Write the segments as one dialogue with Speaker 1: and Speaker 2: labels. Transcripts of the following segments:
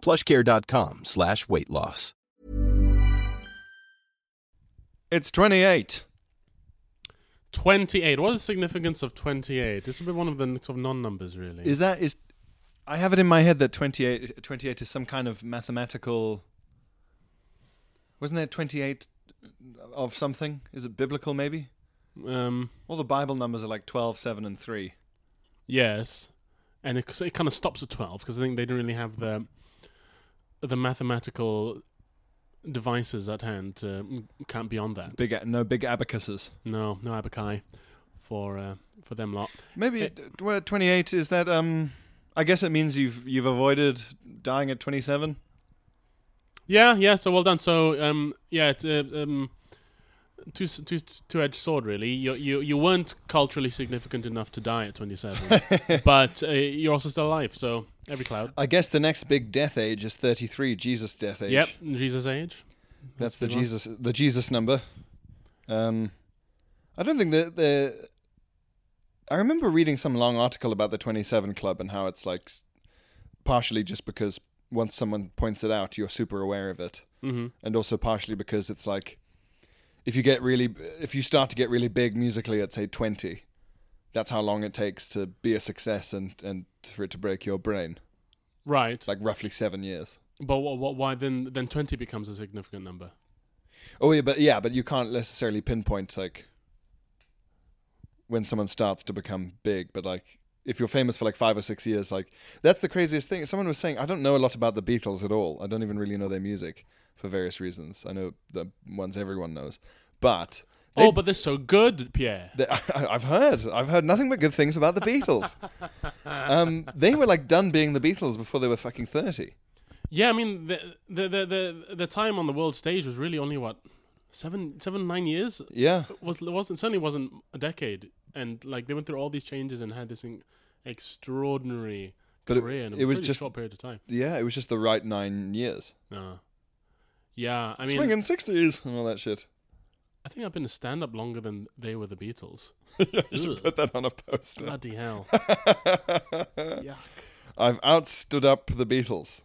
Speaker 1: Plushcare.com slash weight loss.
Speaker 2: It's 28.
Speaker 3: 28. What is the significance of 28? It's been one of the sort of non-numbers, really.
Speaker 2: Is that is I have it in my head that 28, 28 is some kind of mathematical Wasn't there 28 of something? Is it biblical maybe?
Speaker 3: um,
Speaker 2: All the Bible numbers are like 12, 7 and 3.
Speaker 3: yes. And it, 'cause it kind of stops at 12 because I think they don't really have the the mathematical devices at hand to mm, count beyond that.
Speaker 2: Big a- no big abacuses.
Speaker 3: No, no Abakai for uh, for them lot.
Speaker 2: Maybe
Speaker 3: It-
Speaker 2: it, well, 28 is that um I guess it means you've you've avoided dying at 27.
Speaker 3: Yeah, yeah. So well done. So um, yeah, it's uh, um, two s- two two edged sword really. You you you weren't culturally significant enough to die at twenty seven, but uh, you're also still alive. So every cloud.
Speaker 2: I guess the next big death age is 33, Jesus death age.
Speaker 3: Yep, Jesus age.
Speaker 2: That's the
Speaker 3: the one.
Speaker 2: Jesus the Jesus number. Um, I don't think that the. I remember reading some long article about the Twenty Seven Club and how it's like, s- partially just because once someone points it out, you're super aware of it, mm-hmm. and also partially because it's like, if you get really, if you start to get really big musically at say twenty, that's how long it takes to be a success and and for it to break your brain,
Speaker 3: Right,
Speaker 2: like roughly seven years.
Speaker 3: but what, what, why then? Then twenty becomes a significant number.
Speaker 2: Oh yeah, but yeah, but you can't necessarily pinpoint like when someone starts to become big, but like if you're famous for like five or six years, like that's the craziest thing. Someone was saying, I don't know a lot about the Beatles at all. I don't even really know their music for various reasons. I know the ones everyone knows, but they-
Speaker 3: oh, but they're so good, Pierre.
Speaker 2: they- I've heard, I've heard nothing but good things about the Beatles. um, they were like done being the Beatles before they were fucking thirty.
Speaker 3: Yeah, I mean the the the the, the time on the world stage was really only what seven seven nine years
Speaker 2: Yeah,
Speaker 3: was wasn't certainly wasn't a decade, and like they went through all these changes and had this in- extraordinary
Speaker 2: But it-
Speaker 3: career in a
Speaker 2: it was
Speaker 3: pretty
Speaker 2: just-
Speaker 3: short period of time.
Speaker 2: yeah, it was just the right nine years.
Speaker 3: Uh, yeah, I mean,
Speaker 2: Swinging sixties and all that shit.
Speaker 3: I think I've been a stand-up longer than they were the Beatles.
Speaker 2: You should
Speaker 3: Ugh.
Speaker 2: put that on a poster.
Speaker 3: Bloody hell!
Speaker 2: I've outstood up the Beatles.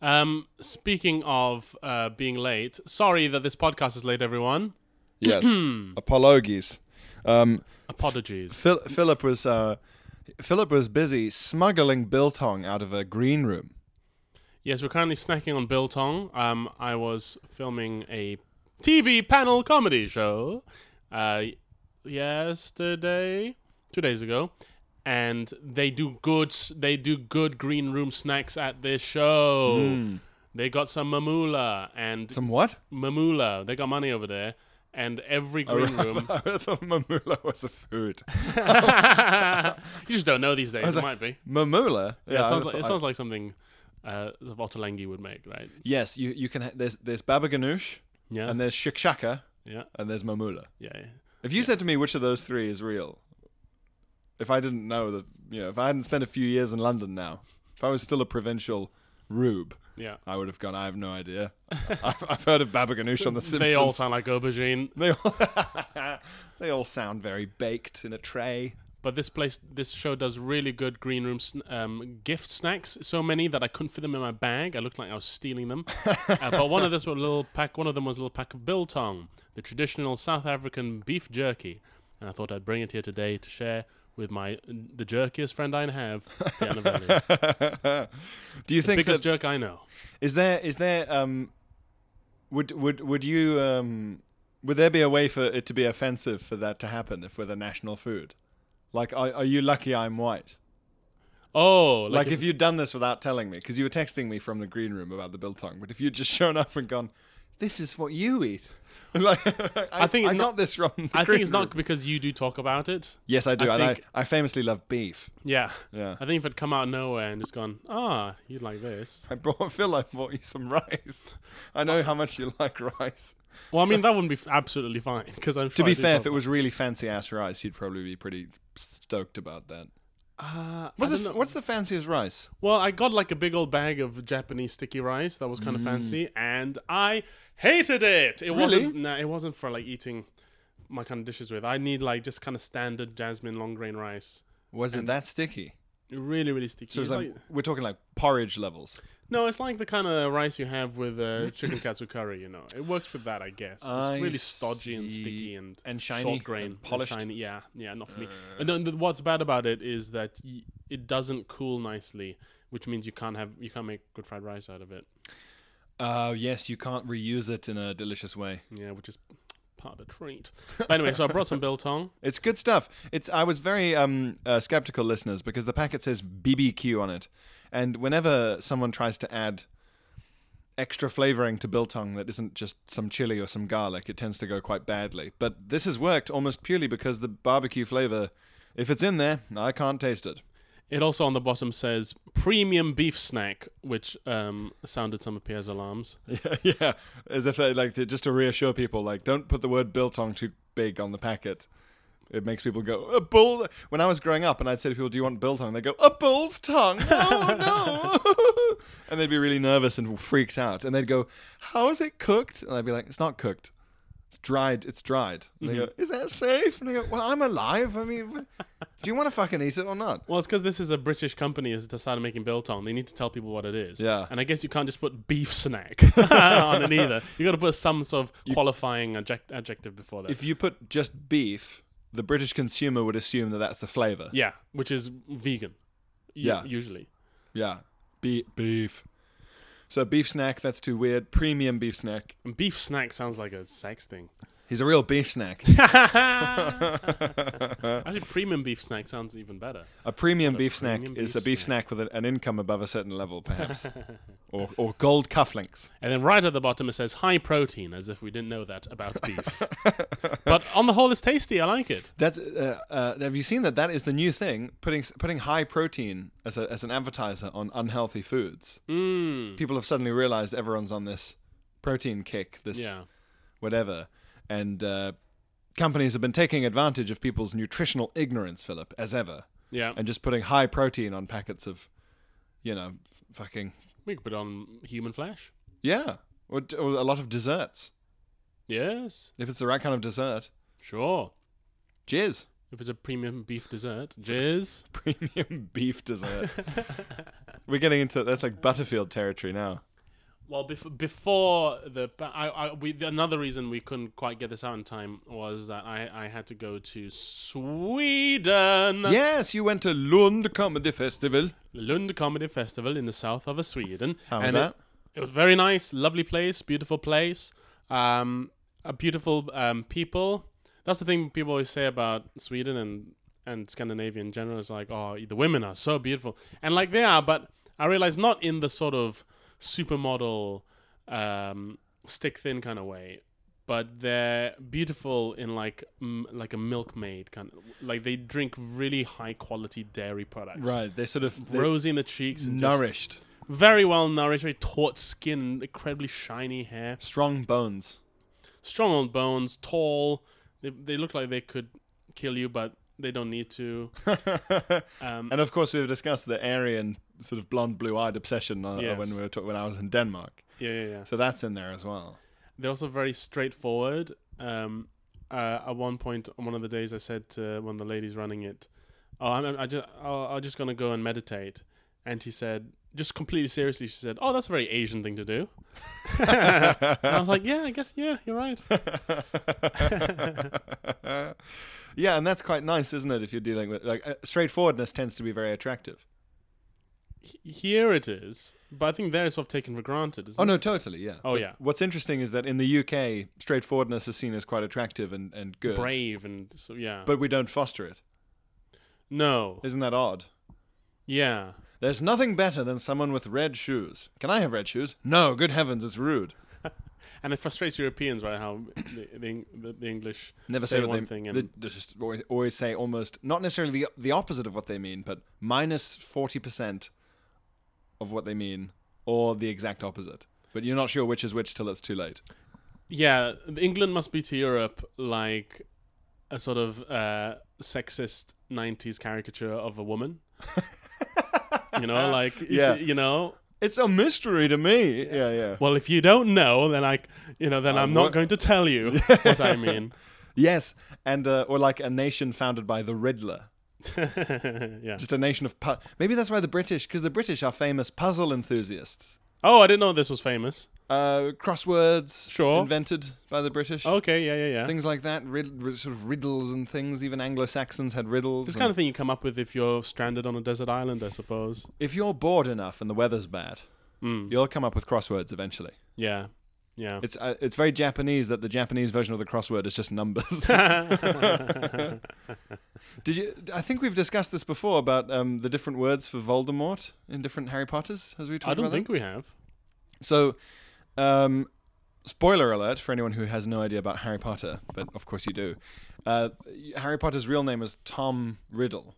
Speaker 3: um, speaking of uh, being late, sorry that this podcast is late, everyone.
Speaker 2: Yes, apologies. Um,
Speaker 3: Apologies.
Speaker 2: Phil- Philip was uh, Philip was busy smuggling biltong out of a green room.
Speaker 3: Yes, we're currently snacking on biltong. Um, I was filming a TV panel comedy show uh, yesterday, two days ago, and they do good. s- They do good green room snacks at this show. They got some mamula and
Speaker 2: Hmm. Some what?
Speaker 3: mamula. They got money over there, and every
Speaker 2: Oh,
Speaker 3: green room.
Speaker 2: I thought mamula was a food.
Speaker 3: you just don't know these days. It might be.
Speaker 2: Mamula.
Speaker 3: Yeah, it
Speaker 2: I
Speaker 3: sounds like
Speaker 2: thought-
Speaker 3: it sounds like something uh, Ottolenghi would make, right?
Speaker 2: yes, you you can. Ha- there's there's baba ganoush,
Speaker 3: Yeah.
Speaker 2: and there's shikshaka,
Speaker 3: yeah.
Speaker 2: and there's mamula.
Speaker 3: Yeah.
Speaker 2: If you said to me which of those three is real, if I didn't know that, you know, if I hadn't spent a few years in London now, if I was still a provincial rube,
Speaker 3: Yeah.
Speaker 2: I would have gone. I have no idea. I've, I've heard of Baba Ganoush on The Simpsons.
Speaker 3: They all sound like aubergine,
Speaker 2: They all, they all sound very baked in a tray.
Speaker 3: but this place, this show does really good green room sn- um, gift snacks. So many that I couldn't fit them in my bag. I looked like I was stealing them. uh, but one of this was a little pack. One of them was a little pack of biltong, the traditional South African beef jerky, and I thought I'd bring it here today to share with my the jerkiest friend I have, Diana Valley.
Speaker 2: Do you think
Speaker 3: biggest
Speaker 2: that,
Speaker 3: jerk I know.
Speaker 2: is there is there um would would would you um would there be a way for it to be offensive for that to happen if we're the national food? Like, are, are you lucky I'm white?
Speaker 3: Oh,
Speaker 2: Like, if you'd done this without telling me, because you were texting me from the green room about the biltong, but if you'd just shown up and gone, this is what you eat. like, I, I think
Speaker 3: think
Speaker 2: I
Speaker 3: it's not-
Speaker 2: got this wrong.
Speaker 3: I think it's
Speaker 2: Green
Speaker 3: not because you do talk about it.
Speaker 2: Yes, I do.
Speaker 3: I
Speaker 2: and
Speaker 3: think-
Speaker 2: I, I famously love beef.
Speaker 3: Yeah.
Speaker 2: Yeah.
Speaker 3: I think if it'd come out of nowhere and just gone, ah, you'd like this.
Speaker 2: I brought Phil. I bought you some rice. I know how much you like rice.
Speaker 3: Well, I mean, that wouldn't be f- absolutely fine because I'm.
Speaker 2: To be fair, if it was really fancy ass rice, you'd probably be pretty stoked about that.
Speaker 3: uh,
Speaker 2: What's the,
Speaker 3: I don't
Speaker 2: f-
Speaker 3: know.
Speaker 2: what's the fanciest rice?
Speaker 3: well, I got like a big old bag of Japanese sticky rice that was kind of
Speaker 2: Mm.
Speaker 3: fancy, and I hated it. It wasn't. No, it wasn't for like eating my kind of dishes with. I need like just kind of standard jasmine long grain rice.
Speaker 2: Was it that sticky?
Speaker 3: Really, really sticky.
Speaker 2: So it's
Speaker 3: It's
Speaker 2: like,
Speaker 3: like-
Speaker 2: we're talking like porridge levels.
Speaker 3: no, it's like the kind of rice you have with uh, chicken katsu curry. You know, it works with that, I guess.
Speaker 2: I
Speaker 3: It's really stodgy and
Speaker 2: see.
Speaker 3: sticky and
Speaker 2: And shiny
Speaker 3: short grain,
Speaker 2: and
Speaker 3: and
Speaker 2: polished. Uh.
Speaker 3: shiny. Yeah, yeah, not for me. And then the, what's bad about it is that y- it doesn't cool nicely, which means you can't have you can't make good fried rice out of it.
Speaker 2: Uh, yes, you can't reuse it in a delicious way.
Speaker 3: Yeah, which is part of the treat. But anyway, so I brought some biltong.
Speaker 2: It's good stuff. It's I was very um, uh, skeptical, listeners, because the packet says BBQ on it, and whenever someone tries to add extra flavoring to biltong that isn't just some chili or some garlic, it tends to go quite badly. But this has worked almost purely because the barbecue flavor, if it's in there, I can't taste it.
Speaker 3: It also on the bottom says premium beef snack, which um, sounded some of Pierre's alarms.
Speaker 2: yeah, as if they like to, just to reassure people, like don't put the word biltong too big on the packet. It makes people go a bull. When I was growing up, and I'd say to people, "Do you want biltong?" They go a bull's tongue. Oh no! and they'd be really nervous and freaked out, and they'd go, "How is it cooked?" And I'd be like, "It's not cooked. It's dried. It's dried." And they go, "Is that safe?" And I go, "Well, I'm alive. I mean, what- do you want to fucking eat it or not?"
Speaker 3: Well, it's because this is a British company has decided making biltong. They need to tell people what it is.
Speaker 2: Yeah.
Speaker 3: And I guess you can't just put beef snack on it either. You got to put some sort of qualifying adject- adjective before that.
Speaker 2: If you put just beef, the British consumer would assume that that's the flavor.
Speaker 3: yeah, which is vegan. u-
Speaker 2: Yeah.
Speaker 3: Usually.
Speaker 2: Yeah. Be- beef. So beef snack, that's too weird. Premium beef snack.
Speaker 3: And beef snack sounds like a sex thing.
Speaker 2: He's a real beef snack.
Speaker 3: Actually, premium beef snack sounds even better.
Speaker 2: A premium beef snack
Speaker 3: premium
Speaker 2: is a
Speaker 3: beef
Speaker 2: beef snack, with a, an income above a certain level, perhaps. or, or gold cufflinks.
Speaker 3: And then right at the bottom it says high protein, as if we didn't know that about beef. but on the whole, it's tasty. I like it.
Speaker 2: That's uh, uh, have you seen that? That is the new thing. Putting s- putting high protein as a, as an advertiser on unhealthy foods.
Speaker 3: Mm.
Speaker 2: People have suddenly realized everyone's on this protein kick. This
Speaker 3: Yeah.
Speaker 2: whatever. And uh, companies have been taking advantage of people's nutritional ignorance, Philip, as ever.
Speaker 3: Yeah.
Speaker 2: and just putting high protein on packets of, you know, fucking
Speaker 3: we could put on human flesh.
Speaker 2: yeah, or, d- or a lot of desserts
Speaker 3: Yes.
Speaker 2: if it's the right kind of dessert.
Speaker 3: Sure.
Speaker 2: Jizz,
Speaker 3: If it's a premium beef dessert, jizz.
Speaker 2: premium beef dessert. We're getting into that's like Butterfield territory now.
Speaker 3: Well, bef- before the but I, I we another reason we couldn't quite get this out in time was that I I had to go to Sweden.
Speaker 2: Yes, you went to Lund Comedy Festival.
Speaker 3: Lund Comedy Festival in the south of Sweden.
Speaker 2: How was
Speaker 3: And
Speaker 2: that?
Speaker 3: It, it was very nice, lovely place, beautiful place, um, a beautiful um, people. That's the thing people always say about Sweden and and Scandinavia in general is like, oh, the women are so beautiful, and like they are, but I realize not in the sort of supermodel, um, stick thin kind of way. But they're beautiful in like m- like a milkmaid kind of like they drink really high quality dairy products
Speaker 2: Right, they sort of they
Speaker 3: rosy in the cheeks and just
Speaker 2: nourished,
Speaker 3: very well nourished, very taut skin, incredibly shiny hair,
Speaker 2: strong bones.
Speaker 3: strong on bones, tall. They, they look like they could kill you, but they don't need to. Um,
Speaker 2: And of course, we've discussed the Aryan sort of blonde, blue-eyed obsession uh,
Speaker 3: Yes.
Speaker 2: when we were talk- when I was in Denmark.
Speaker 3: yeah, yeah, yeah.
Speaker 2: So that's in there as well.
Speaker 3: They're also very straightforward. Um, uh, at one point, on one of the days, I said to one of the ladies running it, "Oh, I'm, I just, oh, I'm just gonna go and meditate," and she said, just completely seriously, she said, "Oh, that's a very Asian thing to do." and I was like, "Yeah, I guess, yeah, you're right."
Speaker 2: yeah, and that's quite nice, isn't it? If you're dealing with like uh, straightforwardness tends to be very attractive.
Speaker 3: Here it is, but I think there it's sort of taken for granted. Isn't
Speaker 2: Oh
Speaker 3: it?
Speaker 2: no, totally, yeah.
Speaker 3: Oh yeah,
Speaker 2: What's interesting is that in the UK, straightforwardness is seen as quite attractive and, and good,
Speaker 3: brave and so yeah.
Speaker 2: but we don't foster it.
Speaker 3: no,
Speaker 2: Isn't that odd?
Speaker 3: yeah,
Speaker 2: There's nothing better than someone with red shoes. Can I have red shoes? No, good heavens, it's rude.
Speaker 3: and it frustrates Europeans, right? How the, the, the- the English
Speaker 2: Never
Speaker 3: say,
Speaker 2: say, what
Speaker 3: one
Speaker 2: they,
Speaker 3: thing and
Speaker 2: they they just always, always say almost not necessarily the the opposite of what they mean, but minus forty percent of what they mean, or the exact opposite. But you're not sure which is which till it's too late.
Speaker 3: Yeah, England must be to Europe like a sort of uh, sexist '90s caricature of a woman. you know, like
Speaker 2: Yeah.
Speaker 3: you know.
Speaker 2: It's a mystery to me. Yeah, yeah.
Speaker 3: Well, if you don't know, then I, you know, then I'm, not
Speaker 2: wor-
Speaker 3: going to tell you what I mean.
Speaker 2: Yes, and uh, or like a nation founded by the Riddler,
Speaker 3: yeah.
Speaker 2: just a nation of pu- maybe that's why the British, because the British are famous puzzle enthusiasts.
Speaker 3: Oh, I didn't know this was famous.
Speaker 2: Uh, crosswords
Speaker 3: Sure.
Speaker 2: invented by the British.
Speaker 3: Okay, yeah, yeah, yeah.
Speaker 2: Things like that, rid- rid- sort of riddles and things. Even Anglo Saxons had riddles.
Speaker 3: this
Speaker 2: and-
Speaker 3: kind of thing you come up with if you're stranded on a desert island, I suppose.
Speaker 2: if you're bored enough and the weather's bad,
Speaker 3: Hmm.
Speaker 2: you'll come up with crosswords eventually.
Speaker 3: Yeah, yeah.
Speaker 2: It's uh, it's very Japanese that the Japanese version of the crossword is just numbers. Did you? I think we've discussed this before about um, the different words for Voldemort in different Harry Potters. As we talked
Speaker 3: I don't
Speaker 2: about
Speaker 3: think we
Speaker 2: them.
Speaker 3: have.
Speaker 2: So, um, spoiler alert for anyone who has no idea about Harry Potter, but of course you do. Uh, Harry Potter's real name is Tom Riddle.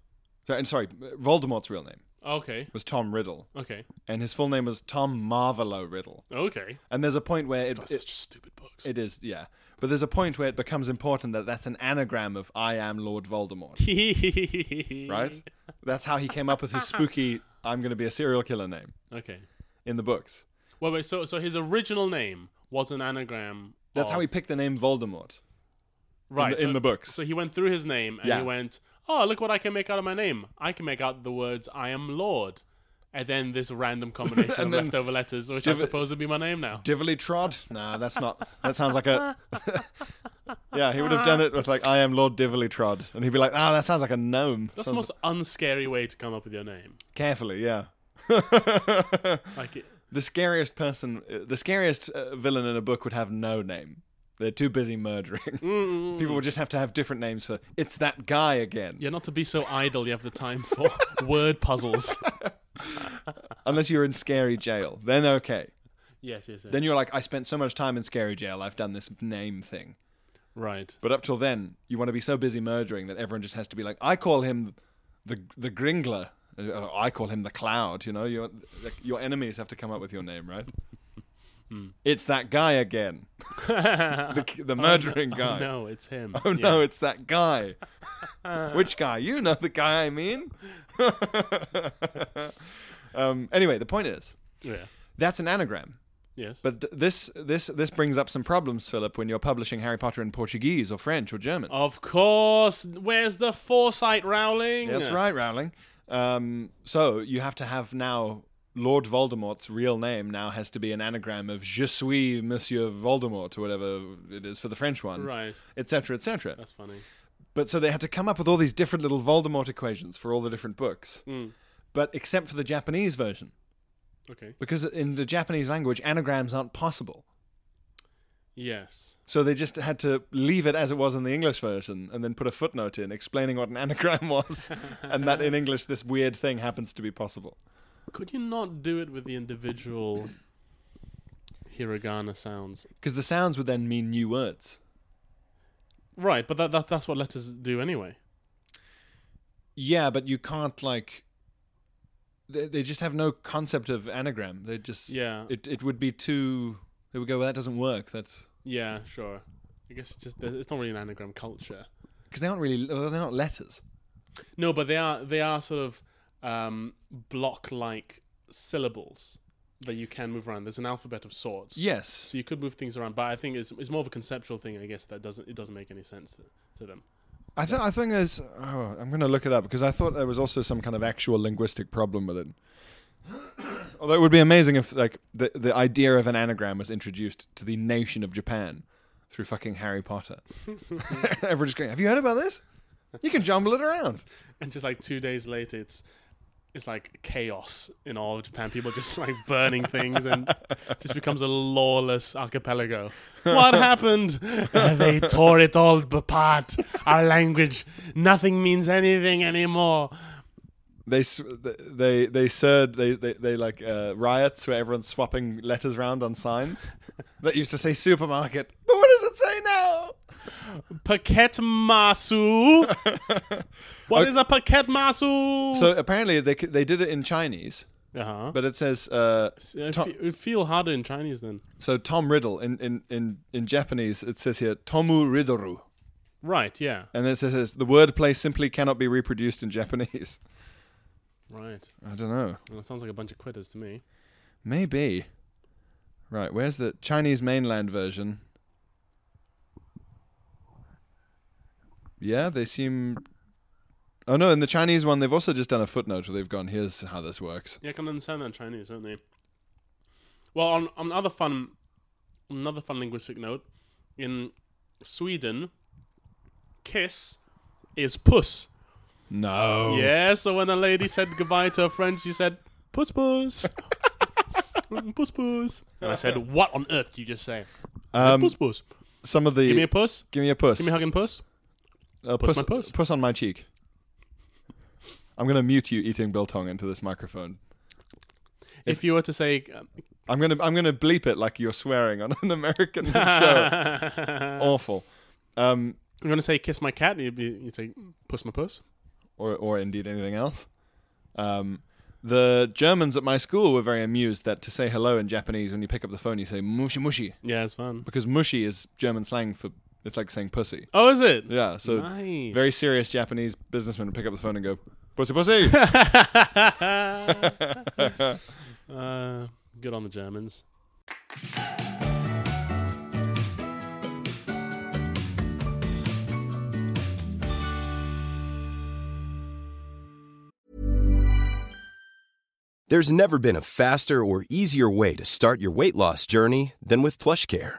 Speaker 2: So- And sorry, Voldemort's real name
Speaker 3: Okay,
Speaker 2: was Tom Riddle,
Speaker 3: okay,
Speaker 2: and his full name was Tom Marvolo Riddle.
Speaker 3: okay.
Speaker 2: And there's a point where it,
Speaker 3: That's
Speaker 2: it,
Speaker 3: such stupid books.
Speaker 2: it is, yeah. But there's a point where it becomes important that that's an anagram of I am Lord Voldemort, right? that's how he came up with his spooky I'm going to be a serial killer name
Speaker 3: Okay.
Speaker 2: in the books.
Speaker 3: Well, wait. So, so his original name was an anagram.
Speaker 2: That's
Speaker 3: of-
Speaker 2: how he picked the name Voldemort.
Speaker 3: right
Speaker 2: in the- in
Speaker 3: so-
Speaker 2: the books.
Speaker 3: So he went through his name and
Speaker 2: Yeah.
Speaker 3: he went, "Oh, look what I can make out of my name! I can make out the words I am Lord." And then this random combination of
Speaker 2: And then-
Speaker 3: leftover letters, which I
Speaker 2: Div-
Speaker 3: suppose would be my name now.
Speaker 2: Divily Trod? Nah, that's not. That sounds like a. yeah, he would have done it with like I am Lord Divily Trod, and he'd be like, ah, that sounds like a gnome.
Speaker 3: That's the
Speaker 2: Sounds-
Speaker 3: most unscary way to come up with your name.
Speaker 2: carefully, yeah.
Speaker 3: Like, it-
Speaker 2: the scariest person, uh, the scariest uh, villain in a book would have no name. They're too busy murdering. People would just have to have different names for it's that guy again.
Speaker 3: yeah, not to be so idle. You have the time for word puzzles.
Speaker 2: Unless you're in scary jail, then okay.
Speaker 3: Yes, yes, yes.
Speaker 2: Then you're like, I spent so much time in scary jail, I've done this name thing.
Speaker 3: right.
Speaker 2: But up till then, you want to be so busy murdering that everyone just has to be like, I call him the the Gringler. Uh, I call him the Cloud. You know, your like, your enemies have to come up with your name, right? It's that guy again, the, the murdering guy.
Speaker 3: Oh, no, it's him.
Speaker 2: Oh no, it's that guy. Which guy? You know the guy I mean. um, anyway, the point is
Speaker 3: Yeah. that's
Speaker 2: that's an anagram.
Speaker 3: yes.
Speaker 2: But th- this this this brings up some problems, Philip, when you're publishing Harry Potter in Portuguese or French or German.
Speaker 3: Of course. Where's the foresight, Rowling?
Speaker 2: That's right, Rowling. Um, so you have to have now Lord Voldemort's real name now has to be an anagram of Je suis Monsieur Voldemort or whatever it is for the French one,
Speaker 3: Right.
Speaker 2: Etc. Etc.
Speaker 3: That's funny.
Speaker 2: But so they had to come up with all these different little Voldemort equations for all the different books.
Speaker 3: Hmm.
Speaker 2: But except for the Japanese version,
Speaker 3: Okay.
Speaker 2: because in the Japanese language, anagrams aren't possible.
Speaker 3: Yes.
Speaker 2: So they just had to leave it as it was in the English version and then put a footnote in explaining what an anagram was and that in English this weird thing happens to be possible.
Speaker 3: Could you not do it with the individual hiragana sounds?
Speaker 2: Because the sounds would then mean new words.
Speaker 3: Right, but that, that that's what letters do anyway.
Speaker 2: Yeah, but you can't like. They, they just have no concept of anagram. They just
Speaker 3: Yeah.
Speaker 2: It it would be too. They would go. Well, that doesn't work. That's
Speaker 3: Yeah, sure. I guess it's just it's not really an anagram culture.
Speaker 2: because they aren't really. Well, they're not letters.
Speaker 3: No, but they are they are sort of um, block like syllables that you can move around. There's an alphabet of sorts.
Speaker 2: Yes.
Speaker 3: So you could move things around, but I think it's, it's more of a conceptual thing. I guess that doesn't it doesn't make any sense to, to them.
Speaker 2: I think I think there's. Oh, I'm going to look it up because I thought there was also some kind of actual linguistic problem with it. Although it would be amazing if like the the idea of an anagram was introduced to the nation of Japan through fucking Harry Potter. Everyone's going. Have you heard about this? You can jumble it around.
Speaker 3: And just like two days later, it's it's like chaos in all of Japan. People just like burning things and just becomes a lawless archipelago. What happened? "Uh, they tore it all apart. Our language, nothing means anything anymore.
Speaker 2: they s- th- they they surd they they, they like uh, riots where everyone's swapping letters around on signs that used to say supermarket. But what does it say now?
Speaker 3: Paquet Masu. What is a Paquet Masu?
Speaker 2: So apparently they c- they did it in Chinese,
Speaker 3: uh-huh.
Speaker 2: but it says uh,
Speaker 3: I
Speaker 2: Tom-
Speaker 3: fe- it feel harder in Chinese then.
Speaker 2: so Tom Riddle in, in in in Japanese it says here Tomu Ridoru.
Speaker 3: Right, yeah.
Speaker 2: And then it says the wordplay simply cannot be reproduced in Japanese.
Speaker 3: Right.
Speaker 2: I don't know.
Speaker 3: Well, it sounds like a bunch of quitters to me.
Speaker 2: Maybe. Right, where's the Chinese mainland version? Yeah, they seem. Oh no, in the Chinese one, they've also just done a footnote where they've gone, here's how this works.
Speaker 3: Yeah, I can understand that in Chinese, don't they? Well, on, on other fun, another fun linguistic note, in Sweden, kiss is puss.
Speaker 2: No.
Speaker 3: Yeah, so when a lady said goodbye to her friend, she said puss puss, puss puss, and I said, "What on earth did you just say?
Speaker 2: Um,
Speaker 3: puss puss.
Speaker 2: Some of the.
Speaker 3: Give me a puss.
Speaker 2: give me a puss.
Speaker 3: Give me a hugging puss.
Speaker 2: a
Speaker 3: puss
Speaker 2: Uh, puss,
Speaker 3: my puss.
Speaker 2: puss on my cheek. I'm going to mute you eating biltong into this microphone.
Speaker 3: If you were to say, um,
Speaker 2: I'm gonna I'm gonna bleep it like you're swearing on an American show. Awful. Um,
Speaker 3: I'm going to say kiss my cat, you'd, be, you'd say puss my puss.
Speaker 2: or or indeed anything else. Um, the Germans at my school were very amused that to say hello in Japanese when you pick up the phone you say mushi mushi
Speaker 3: Yeah, it's fun.
Speaker 2: because mushi is German slang for it's like saying pussy.
Speaker 3: Oh, is it?
Speaker 2: Yeah, so
Speaker 3: Nice.
Speaker 2: very serious Japanese businessmen would pick up the phone and go pussy pussy.
Speaker 3: uh, good on the Germans.
Speaker 1: There's never been a faster or easier way to start your weight loss journey than with PlushCare.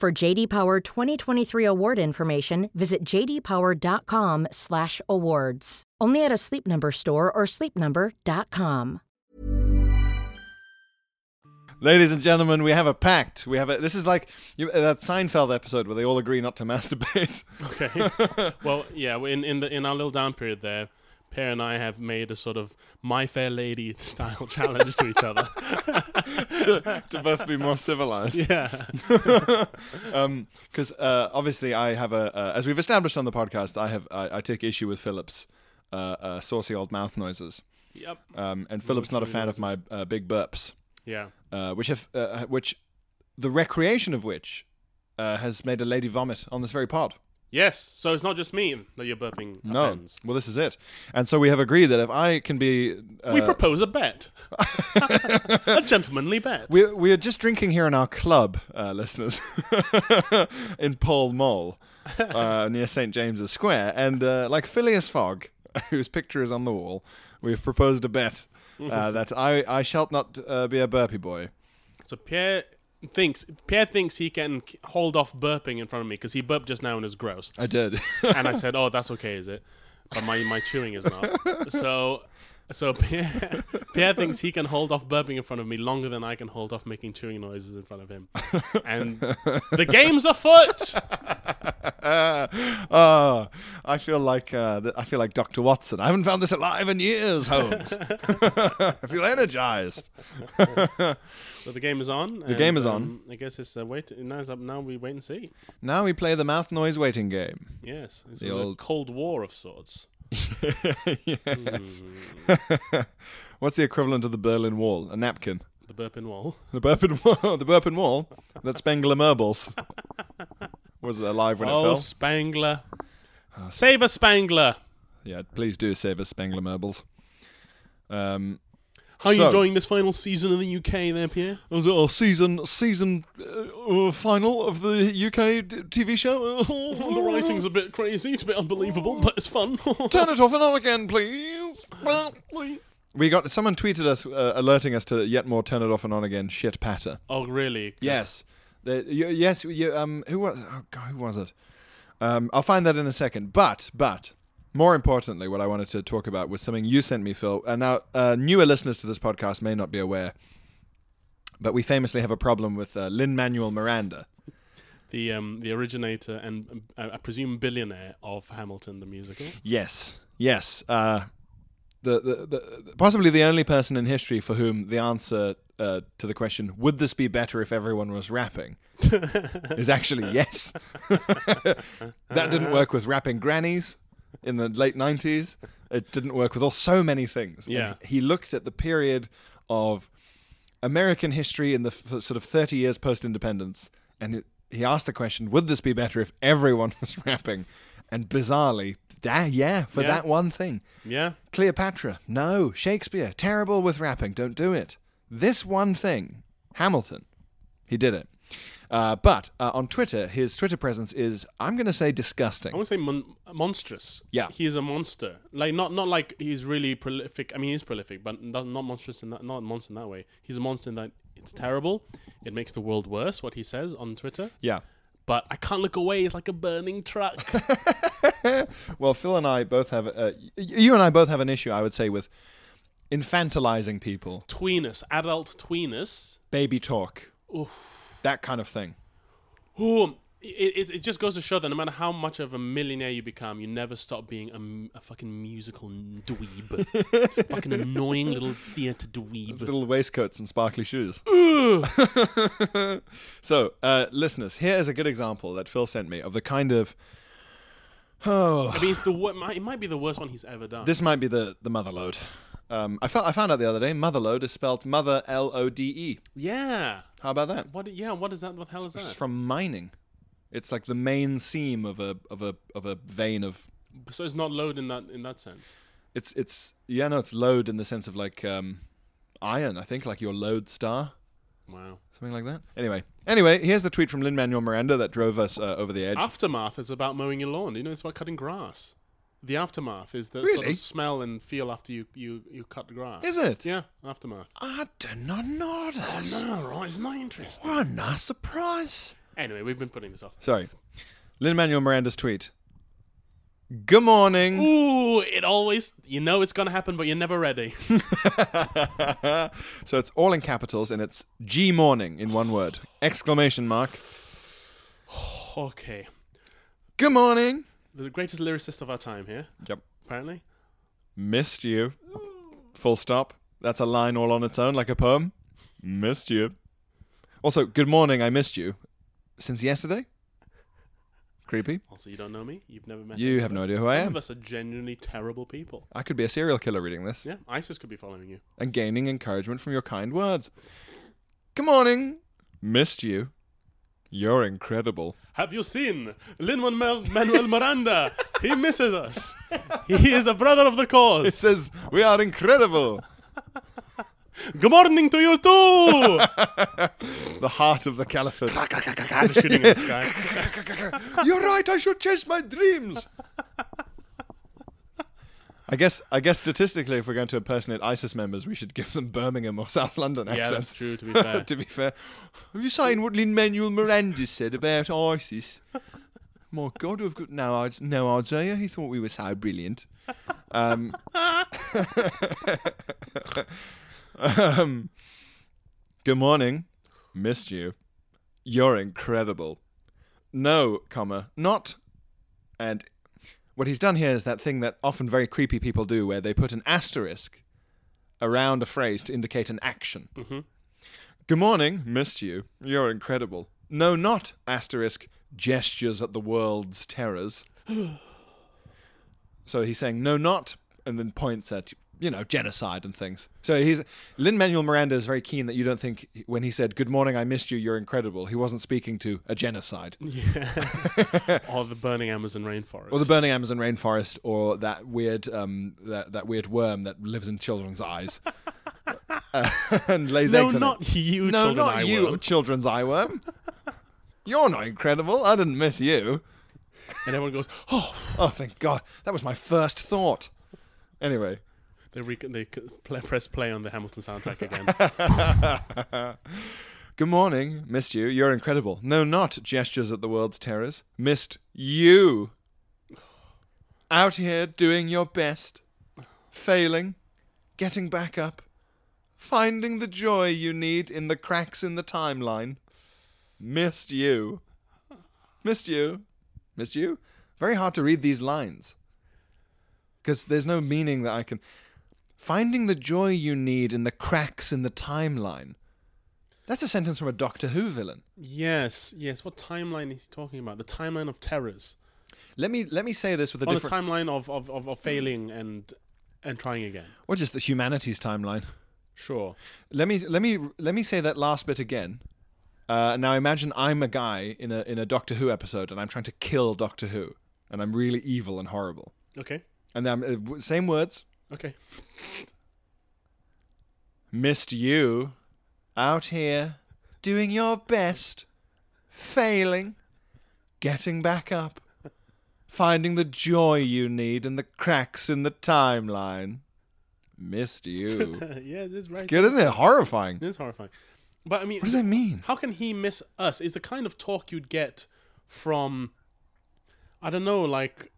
Speaker 4: For JD Power 2023 award information, visit jdpower.com/awards. Only at a Sleep Number store or sleepnumber.com.
Speaker 2: Ladies and gentlemen, we have a pact. We have a, this is like you, that Seinfeld episode where they all agree not to masturbate.
Speaker 3: Okay. well, yeah. we- In in the in our little down period there, Per and I have made a sort of My Fair Lady style challenge to each other.
Speaker 2: to, to both be more civilized.
Speaker 3: yeah.
Speaker 2: Because uh, obviously, I have a uh, as we've established on the podcast, I have I, I take issue with Philip's uh, uh, saucy old mouth noises,
Speaker 3: Yep.
Speaker 2: um, and Philip's not a fan of my uh, big burps,
Speaker 3: Yeah.
Speaker 2: uh, which have uh, which the recreation of which uh, has made a lady vomit on this very pod.
Speaker 3: Yes. So it's not just me that you're burping.
Speaker 2: No,
Speaker 3: offends.
Speaker 2: Oh, well, this is it, and so we have agreed that if I can be, uh,
Speaker 3: we propose a bet. a gentlemanly bet.
Speaker 2: we we are just drinking here in our club, uh, listeners, in Paul Mall, uh, near St James's Square, and uh, like Phileas Fogg, whose picture is on the wall, we've proposed a bet uh, that I I shall not uh, be a burpee boy.
Speaker 3: so Pierre thinks Pierre thinks he can k- hold off burping in front of me because he burped just now and is gross.
Speaker 2: I did.
Speaker 3: and I said, "Oh, that's okay, is it?" But my, my chewing is not. So so Pierre, Pierre thinks he can hold off burping in front of me longer than I can hold off making chewing noises in front of him. And the game's afoot.
Speaker 2: oh, I feel like uh, th- I feel like Doctor Watson. I haven't found this alive in years, Holmes. I feel energized.
Speaker 3: So the game is on. The
Speaker 2: game is on.
Speaker 3: I guess it's uh, wait. Now, it's up, now we wait and see.
Speaker 2: Now we play the mouth noise waiting game.
Speaker 3: Yes, this
Speaker 2: The
Speaker 3: is a
Speaker 2: old-
Speaker 3: cold war of sorts.
Speaker 2: yes. What's the equivalent of the Berlin Wall? A napkin.
Speaker 3: The Burpin Wall.
Speaker 2: The Burpin Wall, the Burpin Wall, that Spengler Merbles was alive when it
Speaker 3: Oh,
Speaker 2: fell.
Speaker 3: Spangler.
Speaker 2: Uh,
Speaker 3: Save a Spangler.
Speaker 2: Yeah, please do save us Spengler Merbles. Um,
Speaker 3: How are you
Speaker 2: So-
Speaker 3: enjoying this final season in the UK there, Pierre?
Speaker 2: was it our season season uh, uh, final of the UK d- TV show?
Speaker 3: The writing's a bit crazy. It's a bit unbelievable, but it's fun.
Speaker 2: Turn it off and on again, please. We got someone tweeted us uh, alerting us to yet more turn it off and on again shit patter.
Speaker 3: oh, really?
Speaker 2: Yes. The, y- yes. You, um, who was? Oh God, who was it? Um, I'll find that in a second. But but more importantly, what I wanted to talk about was something you sent me, Phil. And now uh, newer listeners to this podcast may not be aware, but we famously have a problem with uh, Lin Manuel Miranda.
Speaker 3: The um, the originator and um, I I presume billionaire of Hamilton the musical.
Speaker 2: Yes. Yes. Uh, the, the, the possibly the only person in history for whom the answer uh, to the question "Would this be better if everyone was rapping?" is actually yes. that didn't work with rapping grannies in the late '90s. It didn't work with all so many things. And
Speaker 3: Yeah.
Speaker 2: he looked at the period of American history in the f- sort of 30 years post independence, and it, he asked the question, "Would this be better if everyone was rapping?" And bizarrely, that, yeah, for
Speaker 3: Yeah.
Speaker 2: that one thing,
Speaker 3: Yeah.
Speaker 2: Cleopatra, no, Shakespeare, terrible with rapping, don't do it. This one thing, Hamilton, he did it. Uh, but uh, on Twitter, his Twitter presence is, I'm going to say,
Speaker 3: I
Speaker 2: disgusting.
Speaker 3: want to say mon- monstrous.
Speaker 2: Yeah.
Speaker 3: he is a monster. Like not not like he's really prolific. I mean, he's prolific, but not, not monstrous in that not a monster in that way. He's a monster in that it's terrible. It makes the world worse. What he says on Twitter.
Speaker 2: Yeah.
Speaker 3: But I can't look away. It's like a burning truck.
Speaker 2: Well, Phil and I both have, uh, y- you and I both have an issue, I would say, with infantilizing people,
Speaker 3: tweenus, adult tweenus.
Speaker 2: baby talk, that kind of thing.
Speaker 3: Ooh, it, it, it just goes to show that no matter how much of a millionaire you become, you never stop being a m- a, fucking musical dweeb. It's a fucking annoying little theatre dweeb.
Speaker 2: little waistcoats and sparkly shoes. so, uh, listeners, here is a good example that Phil sent me of the kind of. Oh,
Speaker 3: I mean, it's the wor- might- it might be the worst one he's ever done.
Speaker 2: this might be the the motherlode. Um, I found I found out the other day motherlode is spelled mother L O D E.
Speaker 3: yeah.
Speaker 2: How about that?
Speaker 3: What? Yeah. What is that? What the hell is
Speaker 2: It's
Speaker 3: that?
Speaker 2: from mining. It's like the main seam of a of a of a vein of.
Speaker 3: so it's not load in that in that sense.
Speaker 2: It's it's yeah no it's load in the sense of like um, iron I think like your load star
Speaker 3: Wow.
Speaker 2: something like that. Anyway anyway here's the tweet from Lin Manuel Miranda that drove us uh, over the edge.
Speaker 3: Aftermath is about mowing your lawn. You know, it's about cutting grass. The aftermath is the sort
Speaker 2: Really?
Speaker 3: of smell and feel after you you you cut the grass.
Speaker 2: Is it?
Speaker 3: Yeah. Aftermath.
Speaker 2: I did not know this.
Speaker 3: No, right. It's not interesting.
Speaker 2: What a nice surprise.
Speaker 3: Anyway, we've been putting this off.
Speaker 2: Sorry. Lin Manuel Miranda's tweet. Good morning.
Speaker 3: Ooh, it always, you know it's going to happen, but you're never ready.
Speaker 2: so it's all in capitals and it's G morning in one word. Exclamation mark.
Speaker 3: okay.
Speaker 2: Good morning.
Speaker 3: The greatest lyricist of our time here,
Speaker 2: Yep.
Speaker 3: apparently.
Speaker 2: Missed you. Full stop. That's a line all on its own, like a poem. Missed you. Also, good morning, I missed you. Since yesterday? Creepy.
Speaker 3: Also, you don't know me. You've never met
Speaker 2: You
Speaker 3: any
Speaker 2: have
Speaker 3: of
Speaker 2: no
Speaker 3: us.
Speaker 2: idea who I
Speaker 3: Some
Speaker 2: am.
Speaker 3: of us are genuinely terrible people.
Speaker 2: I could be a serial killer reading this.
Speaker 3: Yeah, ISIS could be following you.
Speaker 2: and gaining encouragement from your kind words. Good morning. Missed you. You're incredible.
Speaker 3: Have you seen Lin Manuel Miranda? he misses us. He is a brother of the cause.
Speaker 2: It says we are incredible.
Speaker 3: Good morning to you too.
Speaker 2: The heart of the caliphate.
Speaker 3: God, shooting in the sky.
Speaker 2: You're right. I should chase my dreams. I guess. I guess statistically, if we're going to impersonate ISIS members, we should give them Birmingham or South London
Speaker 3: Yeah, that's
Speaker 2: accents.
Speaker 3: true, to be fair.
Speaker 2: to be fair, have you seen what Lin Manuel Miranda said about ISIS? My God, we've got no idea. No idea. He thought we were so brilliant. Um, um, good morning. Missed you. You're incredible. No, comma, not. And what he's done here is that thing that often very creepy people do, where they put an asterisk around a phrase to indicate an action. Good morning, missed you. You're incredible. No, not asterisk gestures at the world's terrors. so he's saying no, not, and then points at you know, genocide and things. So he's Lin Manuel Miranda is very keen that you don't think when he said "Good morning, I missed you. You're incredible." He wasn't speaking to a genocide
Speaker 3: Yeah. or the burning Amazon rainforest.
Speaker 2: or the burning Amazon rainforest or that weird um that, that weird worm that lives in children's eyes uh, and lays
Speaker 3: no,
Speaker 2: eggs. in it.
Speaker 3: not you,
Speaker 2: no,
Speaker 3: children.
Speaker 2: not
Speaker 3: I
Speaker 2: you,
Speaker 3: won't.
Speaker 2: children's eye worm. You're not incredible. I didn't miss you.
Speaker 3: And everyone goes, oh,
Speaker 2: Oh, thank God. That was my first thought. Anyway.
Speaker 3: they, re- they c- pl- press play on the Hamilton soundtrack again.
Speaker 2: Good morning. Missed you. You're incredible. No, not gestures at the world's terrors. Missed you. Out here doing your best. Failing. Getting back up. Finding the joy you need in the cracks in the timeline. Missed you. Missed you. Missed you. Very hard to read these lines. Because there's no meaning that I can. Finding the joy you need in the cracks in the timeline. That's a sentence from a Doctor Who villain.
Speaker 3: yes, yes. What timeline is he talking about? The timeline of terrors.
Speaker 2: Let me let me say this with a
Speaker 3: or the
Speaker 2: different,
Speaker 3: timeline of, of, of, of failing and and trying again.
Speaker 2: or just the humanities timeline.
Speaker 3: Sure.
Speaker 2: Let me let me let me say that last bit again. Uh, now imagine I'm a guy in a in a Doctor Who episode, and I'm trying to kill Doctor Who, and I'm really evil and horrible.
Speaker 3: Okay.
Speaker 2: And then uh, w- same words,
Speaker 3: Okay.
Speaker 2: missed you, out here, doing your best, failing, getting back up, finding the joy you need in the cracks in the timeline. Missed you.
Speaker 3: yeah, this is right.
Speaker 2: Good, isn't it? Horrifying.
Speaker 3: It's horrifying. But I mean,
Speaker 2: What does that mean?
Speaker 3: how can he miss us? Is the kind of talk you'd get from, I don't know, like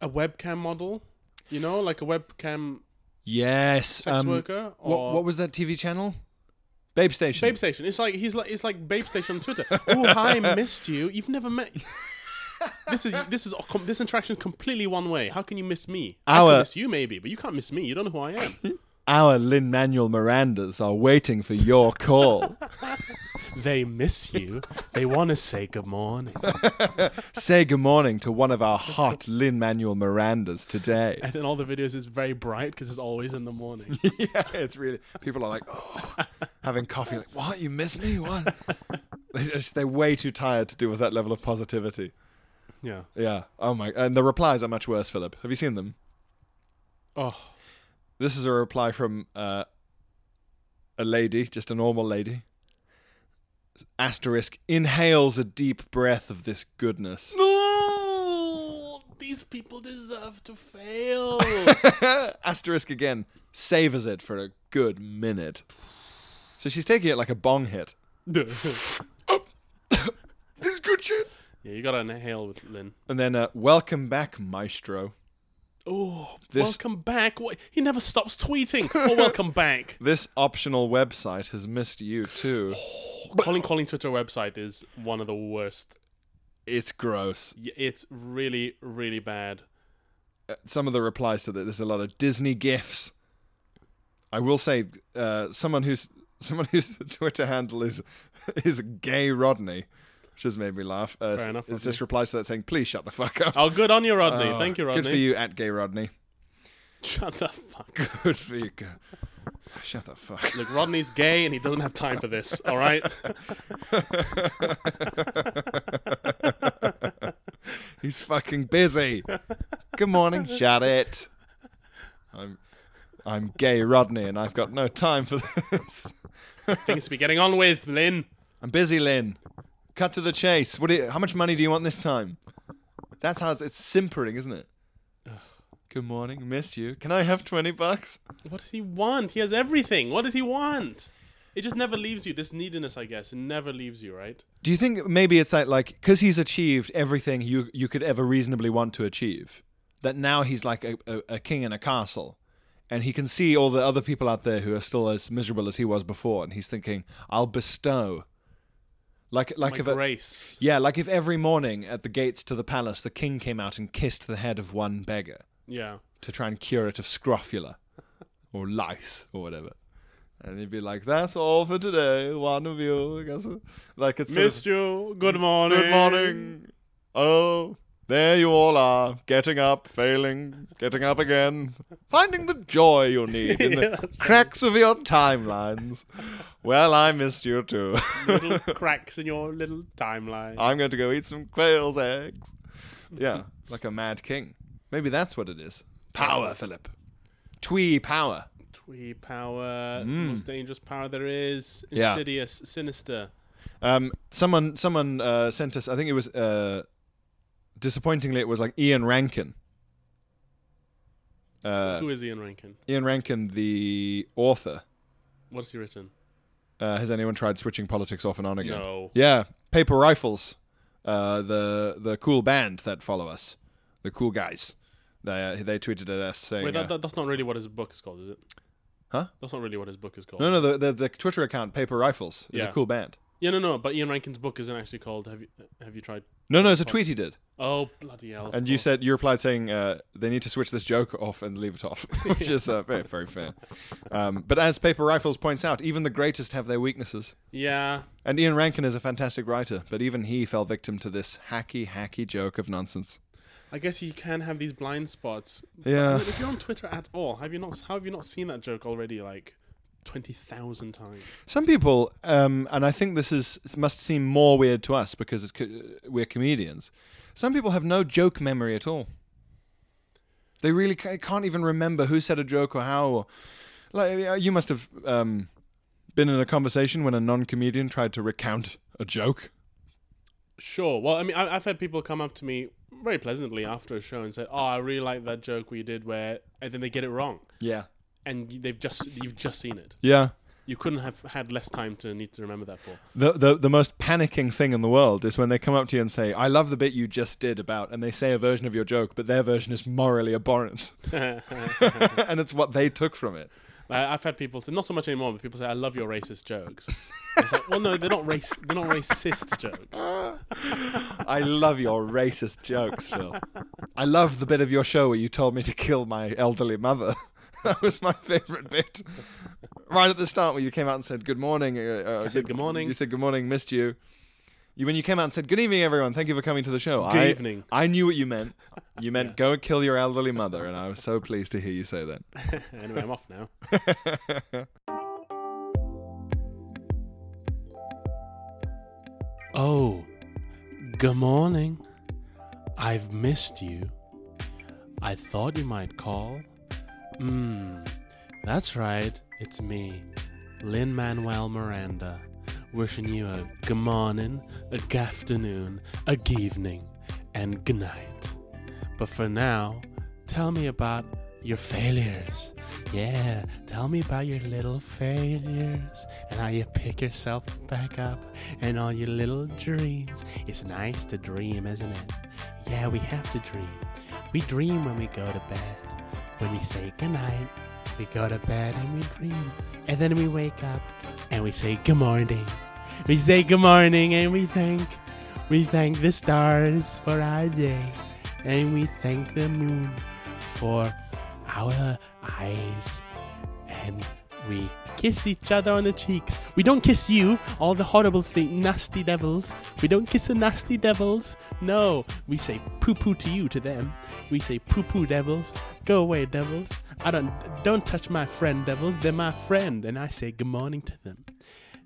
Speaker 3: a webcam model, you know, like a webcam
Speaker 2: Yes. um,
Speaker 3: sex worker
Speaker 2: what,
Speaker 3: or
Speaker 2: what was that TV channel? Babe Station.
Speaker 3: Babe Station. It's like he's like it's like Babe Station on Twitter. oh hi, missed you. You've never met. this is this is this interaction is completely one way. How can you miss me? I
Speaker 2: Our-
Speaker 3: can miss you maybe, but you can't miss me. You don't know who I am.
Speaker 2: Our Lin Manuel Mirandas are waiting for your call.
Speaker 3: they miss you. They want to say good morning.
Speaker 2: Say good morning to one of our hot Lin Manuel Mirandas today.
Speaker 3: And in all the videos, it's very bright because it's always in the morning.
Speaker 2: yeah, it's really people are like oh, having coffee. Like, what? You miss me? What? they just they're way too tired to deal with that level of positivity.
Speaker 3: yeah.
Speaker 2: Yeah. Oh my. And the replies are much worse. Philip, have you seen them?
Speaker 3: Oh,
Speaker 2: This is a reply from uh, a lady, just a normal lady. Asterisk inhales a deep breath of this goodness.
Speaker 3: No! These people deserve to fail.
Speaker 2: Asterisk again savors it for a good minute. So she's taking it like a bong hit.
Speaker 3: yeah,
Speaker 2: This is good shit.
Speaker 3: you gotta inhale with Lynn.
Speaker 2: And then uh, welcome back, Maestro.
Speaker 3: Oh,
Speaker 2: This-
Speaker 3: welcome back. What? He never stops tweeting. Oh, welcome back.
Speaker 2: This optional website has missed you too.
Speaker 3: Colin Colin Twitter website is one of the worst.
Speaker 2: It's gross.
Speaker 3: Y- It's really, really bad.
Speaker 2: Uh, Some of the replies to that, there's a lot of Disney gifs. I will say, uh, someone who's someone whose Twitter handle is is gay Rodney, which has made me laugh. Uh,
Speaker 3: Fair enough,
Speaker 2: It's
Speaker 3: Rodney.
Speaker 2: just replies to that saying, "Please shut the fuck up."
Speaker 3: Oh, good on you, Rodney.
Speaker 2: Oh,
Speaker 3: Thank you, Rodney.
Speaker 2: Good for you, at gay Rodney.
Speaker 3: Shut the fuck up.
Speaker 2: Good for you. Go- Shut the fuck.
Speaker 3: Look, Rodney's gay and he doesn't have time for this. All right.
Speaker 2: He's fucking busy. Good morning. Shut it. I'm I'm gay Rodney and I've got no time for this.
Speaker 3: Things to be getting on with, Lynn.
Speaker 2: I'm busy, Lynn. Cut to the chase. What do you, how much money do you want this time? That's how it's, it's simpering, isn't it? Good morning. Missed you. Can I have 20 bucks?
Speaker 3: What does he want? He has everything. What does he want? It just never leaves you. This neediness, I guess, it never leaves you, right?
Speaker 2: Do you think maybe it's like like cuz he's achieved everything you you could ever reasonably want to achieve that now he's like a, a, a king in a castle and he can see all the other people out there who are still as miserable as he was before and he's thinking I'll bestow like like
Speaker 3: My
Speaker 2: if a,
Speaker 3: grace.
Speaker 2: yeah like if every morning at the gates to the palace the king came out and kissed the head of one beggar
Speaker 3: Yeah.
Speaker 2: to try and cure it of scrofula or lice or whatever and he'd be like that's all for today one of you I guess like it's sort of-
Speaker 3: Missed you. Good morning.
Speaker 2: Good morning. Oh, There you all are, getting up, failing, getting up again, finding the joy you need in the cracks of your timelines. Well, I missed you too.
Speaker 3: little cracks in your little timeline.
Speaker 2: I'm going to go eat some quail's eggs. Yeah, like a mad king. Maybe that's what it is. Power, Philip. Twee power.
Speaker 3: Twee power, the most dangerous power there is.
Speaker 2: Hmm. Yeah.
Speaker 3: Insidious, sinister.
Speaker 2: Um, someone, someone uh, sent us. I think it was uh, disappointingly, it was like Ian Rankin. Uh,
Speaker 3: Who is Ian Rankin?
Speaker 2: Ian Rankin, the author.
Speaker 3: What's he written?
Speaker 2: Uh, has anyone tried switching politics off and on again?
Speaker 3: No.
Speaker 2: Yeah, Paper Rifles, uh, the the cool band that follow us, the cool guys. They uh, they tweeted at us saying,
Speaker 3: Wait,
Speaker 2: uh,
Speaker 3: that, that, that's not really what his book is called, is it?
Speaker 2: Huh?
Speaker 3: That's not really what his book is called.
Speaker 2: "No, no, the, the the Twitter account Paper Rifles is a
Speaker 3: Yeah.
Speaker 2: cool band."
Speaker 3: Yeah, no, no. But Ian Rankin's book isn't actually called. Have you Have you tried?
Speaker 2: No, no, it's a tweet he did,
Speaker 3: Oh bloody hell! of
Speaker 2: and you
Speaker 3: course.
Speaker 2: said you replied saying uh, they need to switch this joke off and leave it off, which is uh, very very fair. Um, but as Paper Rifles points out, even the greatest have their weaknesses.
Speaker 3: yeah.
Speaker 2: And Ian Rankin is a fantastic writer, but even he fell victim to this hacky, hacky joke of nonsense.
Speaker 3: I guess you can have these blind spots. I
Speaker 2: Yeah.
Speaker 3: mean, if you're on Twitter at all, have you not? How have you not seen that joke already? Like twenty thousand times.
Speaker 2: Some people, um, and I think this is must seem more weird to us because it's co- we're comedians. Some people have no joke memory at all. They really ca- can't even remember who said a joke or how. Or, like uh, you must have um, been in a conversation when a non-comedian tried to recount a joke.
Speaker 3: Sure. Well, I mean, I, I've had people come up to me very pleasantly after a show and say, "Oh, I really like that joke we did," where and then they get it wrong,
Speaker 2: Yeah.
Speaker 3: and they've just you've just seen it.
Speaker 2: Yeah.
Speaker 3: You couldn't have had less time to need to remember that for.
Speaker 2: The, the the most panicking thing in the world is when they come up to you and say, "I love the bit you just did about," and they say a version of your joke, but their version is morally abhorrent, and it's what they took from it.
Speaker 3: I, I've had people say, not so much anymore, but people say, "I love your racist jokes." it's like, well, no, they're not race. They're not racist jokes.
Speaker 2: I love your racist jokes, Phil. I love the bit of your show where you told me to kill my elderly mother. that was my favorite bit. Right at the start, where you came out and said, "Good morning." Uh, uh, I
Speaker 3: said, "Good morning."
Speaker 2: You said, "Good morning." Missed you. You when you came out and said, "Good evening, everyone. Thank you for coming to the show."
Speaker 3: Good
Speaker 2: I,
Speaker 3: evening.
Speaker 2: I knew what you meant. You meant go and kill your elderly mother, and I was so pleased to hear you say that.
Speaker 3: anyway, I'm off now. oh, good morning. I've missed you. I thought you might call. Mmm, that's right. It's me, Lin Manuel Miranda, wishing you a good morning, a good afternoon, a good evening, and good night. But for now, tell me about your failures. Yeah, tell me about your little failures and how you pick yourself back up and all your little dreams. It's nice to dream, isn't it? Yeah, we have to dream. We dream when we go to bed. When we say goodnight, we go to bed and we dream. And then we wake up and we say good morning. We say good morning and we thank we thank the stars for our day, and we thank the moon for our eyes. And we kiss each other on the cheeks. We don't kiss you, all the horrible thing, nasty devils. We don't kiss the nasty devils. No, we say poo poo to you, to them. We say poo poo devils. Go away, devils. I don't don't touch my friend, devils. They're my friend, and I say good morning to them.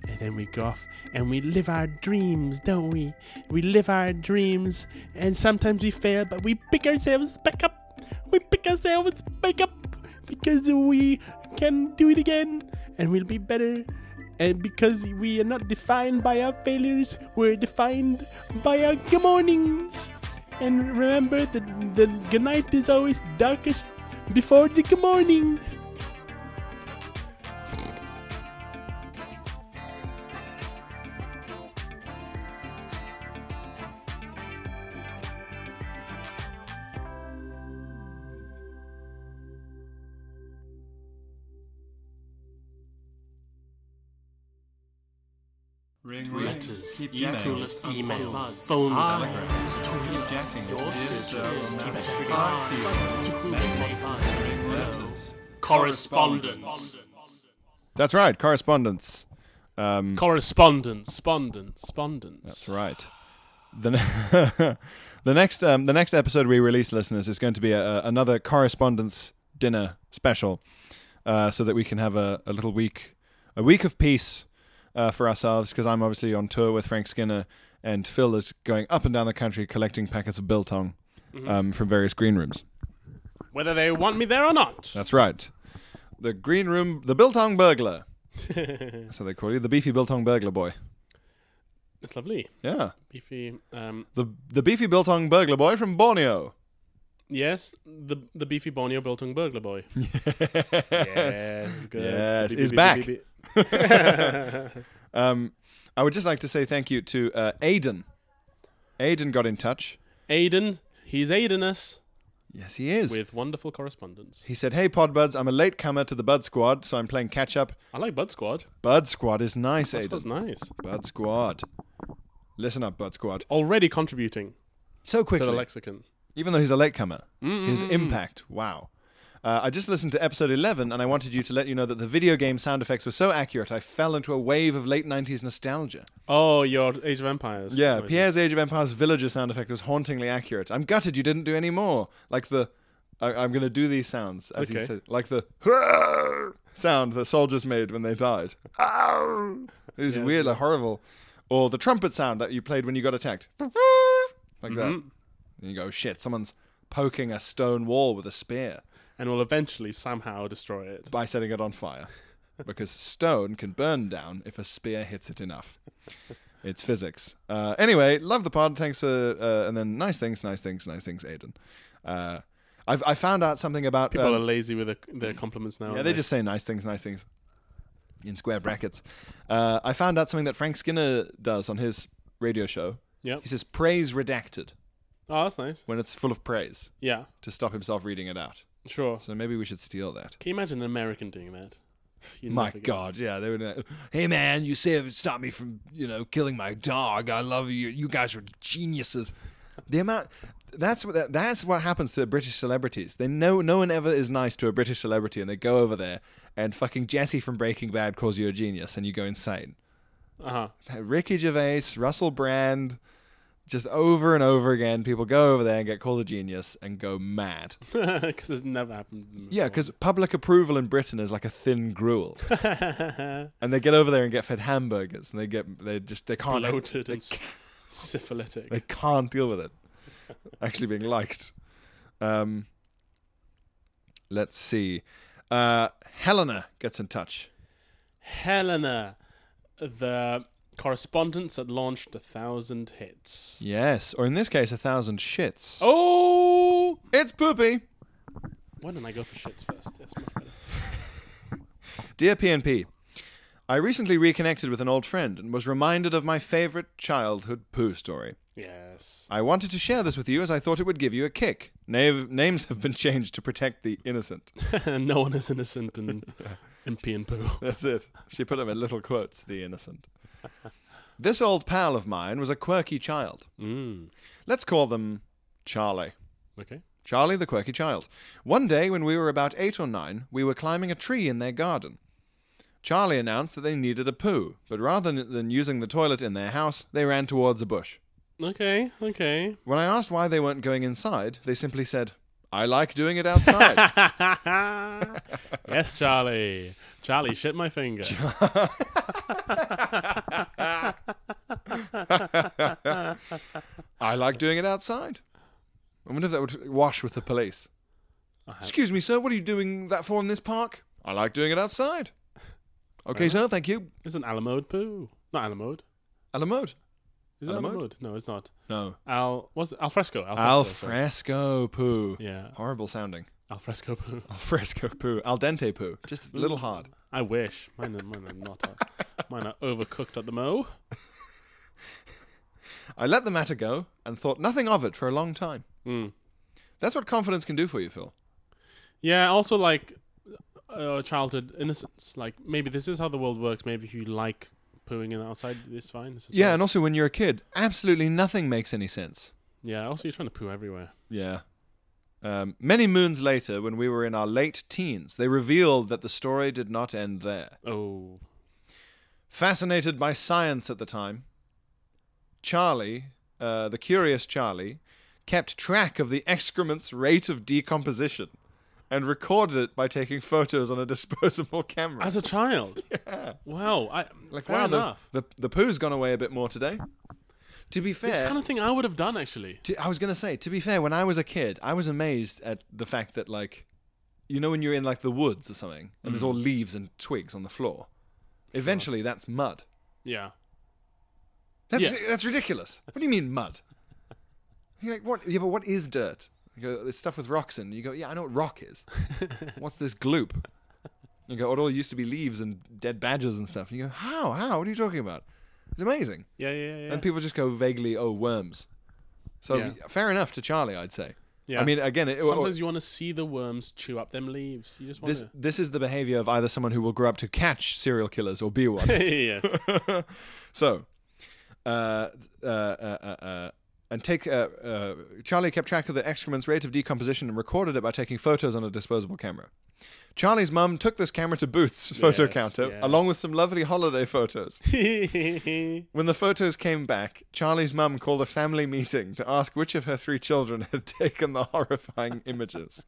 Speaker 3: And then we go off and we live our dreams, don't we? We live our dreams, and sometimes we fail, but we pick ourselves back up. We pick ourselves back up because we can do it again and we'll be better. And because we are not defined by our failures, we're defined by our good mornings. And remember that the good night is always darkest before the good morning.
Speaker 5: Ring
Speaker 6: letters,
Speaker 5: Keep
Speaker 6: emails,
Speaker 5: jacking.
Speaker 6: emails, phone
Speaker 2: Ah,
Speaker 6: calls,
Speaker 5: Keep jacking.
Speaker 6: your
Speaker 5: Yes,
Speaker 6: sisters,
Speaker 5: uh,
Speaker 6: keep
Speaker 5: Max
Speaker 6: it
Speaker 5: Frigarsky. Ring
Speaker 6: alive.
Speaker 5: letters.
Speaker 6: Correspondence.
Speaker 2: That's right. Correspondence.
Speaker 3: Correspondence, spondence, spondence.
Speaker 2: That's right. the ne- the next um, the next episode we release, listeners, is going to be a, a- another correspondence dinner special, uh, so that we can have a, a little week a week of peace uh, for ourselves. Because I'm obviously on tour with Frank Skinner, and Phil is going up and down the country collecting packets of biltong um, from various green rooms.
Speaker 6: Whether they want me there or not.
Speaker 2: That's right. The green room, the biltong burglar. so they call you the beefy biltong burglar boy.
Speaker 6: It's lovely.
Speaker 2: Yeah,
Speaker 6: Beefy. Um,
Speaker 2: the the beefy biltong burglar boy from Borneo.
Speaker 6: yes, the the beefy Borneo Biltong burglar boy. Yes, good.
Speaker 2: Yes,
Speaker 6: Beep,
Speaker 2: he's
Speaker 6: beep,
Speaker 2: back.
Speaker 6: beep, beep, beep.
Speaker 2: Um, I would just like to say thank you to uh, Aiden. Aiden got in touch.
Speaker 6: Aiden, he's aiding us
Speaker 2: Yes, he is.
Speaker 6: with wonderful correspondence.
Speaker 2: he said, "Hey Podbuds, I'm a late comer to the Bud Squad, so I'm playing catch up.
Speaker 6: I like Bud Squad.
Speaker 2: Bud Squad is nice,
Speaker 6: Bud
Speaker 2: Aiden.
Speaker 6: Squad's nice.
Speaker 2: Bud Squad, listen up, Bud Squad.
Speaker 6: Already contributing
Speaker 2: So
Speaker 6: to
Speaker 2: quickly,
Speaker 6: the lexicon.
Speaker 2: even though he's a latecomer, his impact, wow." Uh, I just listened to episode 11 and I wanted you to let you know that the video game sound effects were so accurate I fell into a wave of late 90s nostalgia.
Speaker 6: Oh, your Age of Empires.
Speaker 2: Yeah,
Speaker 6: noises.
Speaker 2: Pierre's Age of Empires villager sound effect was hauntingly accurate. I'm gutted you didn't do any more. Like the, I, I'm going to do these sounds as he
Speaker 6: Okay.
Speaker 2: said, like the "Hurr!" sound that soldiers made when they died. Ow! It was weird, like horrible. Or the trumpet sound that you played when you got attacked, like that.
Speaker 6: Mm-hmm.
Speaker 2: Then you go, shit, someone's poking a stone wall with a spear
Speaker 6: And will eventually somehow destroy it.
Speaker 2: by setting it on fire, because stone can burn down if a spear hits it enough. It's physics. Uh, anyway, love the pod. Thanks for uh, and then nice things, nice things, nice things, Aiden. Uh, I've I found out something about
Speaker 6: People
Speaker 2: um,
Speaker 6: are lazy with their, their compliments now.
Speaker 2: yeah.
Speaker 6: aren't
Speaker 2: They just say nice things, nice things in square brackets. Uh, I found out something that Frank Skinner does on his radio show.
Speaker 6: Yep.
Speaker 2: He says praise redacted
Speaker 6: Oh, that's nice.
Speaker 2: when it's full of praise
Speaker 6: Yeah,
Speaker 2: to stop himself reading it out.
Speaker 6: sure.
Speaker 2: So maybe we should steal that.
Speaker 6: Can you imagine an American doing that? You'd
Speaker 2: My
Speaker 6: never get-
Speaker 2: God, yeah, they would. uh, hey, man, you saved, stopped me from, you know, killing my dog. I love you. You guys are geniuses. The amount that's what that's what happens to British celebrities. They know no one ever is nice to a British celebrity, and they go over there and fucking Jesse from Breaking Bad calls you a genius, and you go insane.
Speaker 6: Uh-huh.
Speaker 2: Ricky Gervais, Russell Brand, just over and over again, people go over there and get called a genius and go mad.
Speaker 6: Because it's never happened. to me
Speaker 2: Yeah, because public approval in Britain is like a thin gruel.
Speaker 6: before.
Speaker 2: and they get over there and get fed hamburgers and they get they just they can't
Speaker 6: bloated
Speaker 2: they,
Speaker 6: and s- syphilitic.
Speaker 2: they can't deal with it actually being liked um let's see uh helena gets in touch
Speaker 6: Helena, the correspondence that launched a thousand hits.
Speaker 2: yes or in this case a thousand shits
Speaker 6: Oh,
Speaker 2: it's poopy
Speaker 6: why didn't I go for shits first? That's much better.
Speaker 2: dear pnp i recently reconnected with an old friend and was reminded of my favorite childhood poo story
Speaker 6: Yes.
Speaker 2: I wanted to share this with you as I thought it would give you a kick. Nav- names have been changed to protect the innocent.
Speaker 6: no one is innocent in, in pee and poo.
Speaker 2: That's it. She put them in little quotes, the innocent. This old pal of mine was a quirky child.
Speaker 6: Mm.
Speaker 2: Let's call them Charlie.
Speaker 6: Okay.
Speaker 2: Charlie the quirky child. One day when we were about eight or nine, we were climbing a tree in their garden. Charlie announced that they needed a poo, but rather than- than using the toilet in their house, they ran towards a bush.
Speaker 6: Okay. Okay.
Speaker 2: When I asked why they weren't going inside, they simply said, I like doing it outside.
Speaker 6: yes, Charlie. Charlie, shit my finger.
Speaker 2: I like doing it outside. I wonder if that would wash with the police. Excuse me, sir, what are you doing that for in this park? I like doing it outside. Okay, sir, thank you.
Speaker 6: Isn't Alamode poo? Not Alamode.
Speaker 2: Alamode.
Speaker 6: Is it
Speaker 2: Alamode?
Speaker 6: Alamode? No, it's not.
Speaker 2: No.
Speaker 6: Al was it Alfresco. Alfresco.
Speaker 2: Al
Speaker 6: sorry.
Speaker 2: fresco poo.
Speaker 6: Yeah.
Speaker 2: Horrible sounding.
Speaker 6: Alfresco poo.
Speaker 2: Al fresco poo. Al dente poo. Just a little hard.
Speaker 6: I wish. Mine are, mine are not. uh, mine are overcooked at the mo.
Speaker 2: I let the matter go and thought nothing of it for a long time.
Speaker 6: Mm.
Speaker 2: That's what confidence can do for you, Phil.
Speaker 6: Yeah. Also, like uh, childhood innocence. Like maybe this is how the world works. Maybe if you like pooing in outside, it's fine. This is
Speaker 2: Yeah,
Speaker 6: nice.
Speaker 2: and also when you're a kid, absolutely nothing makes any sense.
Speaker 6: yeah. Also, you're trying to poo everywhere.
Speaker 2: Yeah. Um, many moons later, when we were in our late teens, they revealed that the story did not end there.
Speaker 6: Oh.
Speaker 2: Fascinated by science at the time, Charlie, uh, uh, the curious Charlie kept track of the excrement's rate of decomposition and recorded it by taking photos on a disposable camera.
Speaker 6: As a child. Wow. I,
Speaker 2: like,
Speaker 6: fair
Speaker 2: wow, the,
Speaker 6: enough.
Speaker 2: the, the poo's gone away a bit more today. To be fair,
Speaker 6: It's kind of thing I would have done actually.
Speaker 2: to, I was gonna say, to be fair, when I was a kid, I was amazed at the fact that like, you know, when you're in like the woods or something, and there's all
Speaker 6: Mm.
Speaker 2: leaves and twigs on the floor. Eventually, that's mud.
Speaker 6: Yeah.
Speaker 2: That's
Speaker 6: Yeah.
Speaker 2: that's ridiculous. What do you mean mud? You're like, what? Yeah, but what is dirt? You go, it's stuff with rocks in. You go, yeah, I know what rock is. What's this gloop? You go, it all used to be leaves and dead badgers and stuff. And you go, how? How? What are you talking about? It's amazing.
Speaker 6: Yeah, yeah, yeah.
Speaker 2: And people just go vaguely, oh, worms. So
Speaker 6: Yeah.
Speaker 2: fair enough to Charlie, I'd say.
Speaker 6: Yeah.
Speaker 2: I mean, again, it,
Speaker 6: Sometimes you want to see the worms chew up them leaves. You just want
Speaker 2: this this is the behavior of either someone who will grow up to catch serial killers or be one.
Speaker 6: to. yes.
Speaker 2: so, uh, uh, uh, uh, uh, and take uh, uh, Charlie kept track of the excrement's rate of decomposition and recorded it by taking photos on a disposable camera. Charlie's mum took this camera to Booth's photo
Speaker 6: Yes,
Speaker 2: counter
Speaker 6: yes.
Speaker 2: along with some lovely holiday photos. When the photos came back, Charlie's mum called a family meeting to ask which of her three children had taken the horrifying images.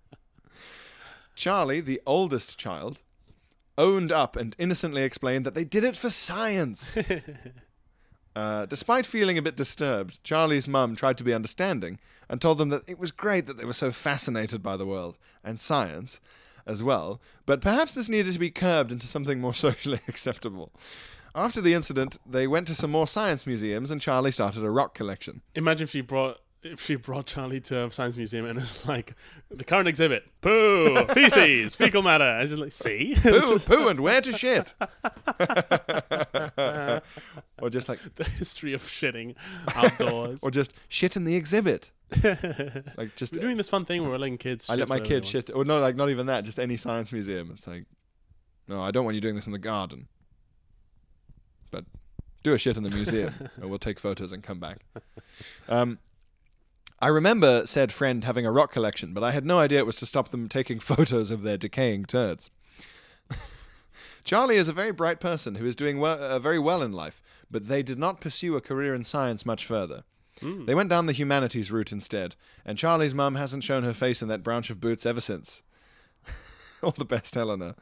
Speaker 2: Charlie, the oldest child, owned up and innocently explained that they did it for science. Uh, despite feeling a bit disturbed, Charlie's mum tried to be understanding and told them that it was great that they were so fascinated by the world and science as well, but perhaps this needed to be curbed into something more socially acceptable. After the incident, they went to some more science museums and Charlie started a rock collection.
Speaker 6: Imagine if she brought if she brought Charlie to a science museum and it's like the current exhibit: poo, feces, fecal matter. And she's like, see,
Speaker 2: Poo, poo, and where to shit? or just like,
Speaker 6: the history of shitting outdoors.
Speaker 2: or just shit in the exhibit. Like just
Speaker 6: We're doing this fun thing where we're letting kids.
Speaker 2: I
Speaker 6: shit
Speaker 2: let my
Speaker 6: wherever they
Speaker 2: kid shit, or no, like not even that, just any science museum. It's like, no, I don't want you doing this in the garden, but do a shit in the museum, and we'll take photos and come back. Um, I remember said friend having a rock collection, but I had no idea it was to stop them taking photos of their decaying turds. Charlie is a very bright person who is doing well, uh, very well in life, but they did not pursue a career in science much further.
Speaker 6: Hmm.
Speaker 2: They went down the humanities route instead, and Charlie's mum hasn't shown her face in that branch of boots ever since. All the best, Eleanor.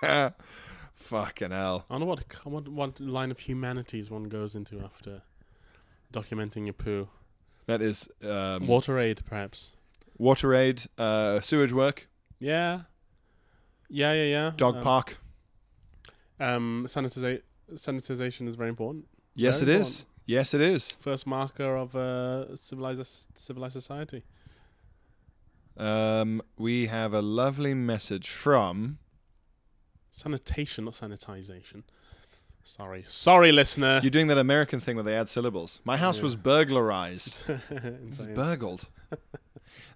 Speaker 2: Fucking hell.
Speaker 6: I wonder what, what what line of humanities one goes into after documenting your poo.
Speaker 2: That is um,
Speaker 6: Water aid, perhaps.
Speaker 2: water aid, uh, sewage work,
Speaker 6: Yeah. Yeah, yeah, yeah.
Speaker 2: dog
Speaker 6: um,
Speaker 2: park.
Speaker 6: Um, sanitiza- sanitization is very important.
Speaker 2: Yes, it
Speaker 6: very
Speaker 2: is. Yes, it is.
Speaker 6: First marker of uh, civilized civilized society.
Speaker 2: Um, we have a lovely message from.
Speaker 6: Sanitation, not sanitization. Sorry, sorry, listener.
Speaker 2: You're doing that American thing where they add syllables. My house was burglarized.
Speaker 6: Insane.
Speaker 2: Burgled.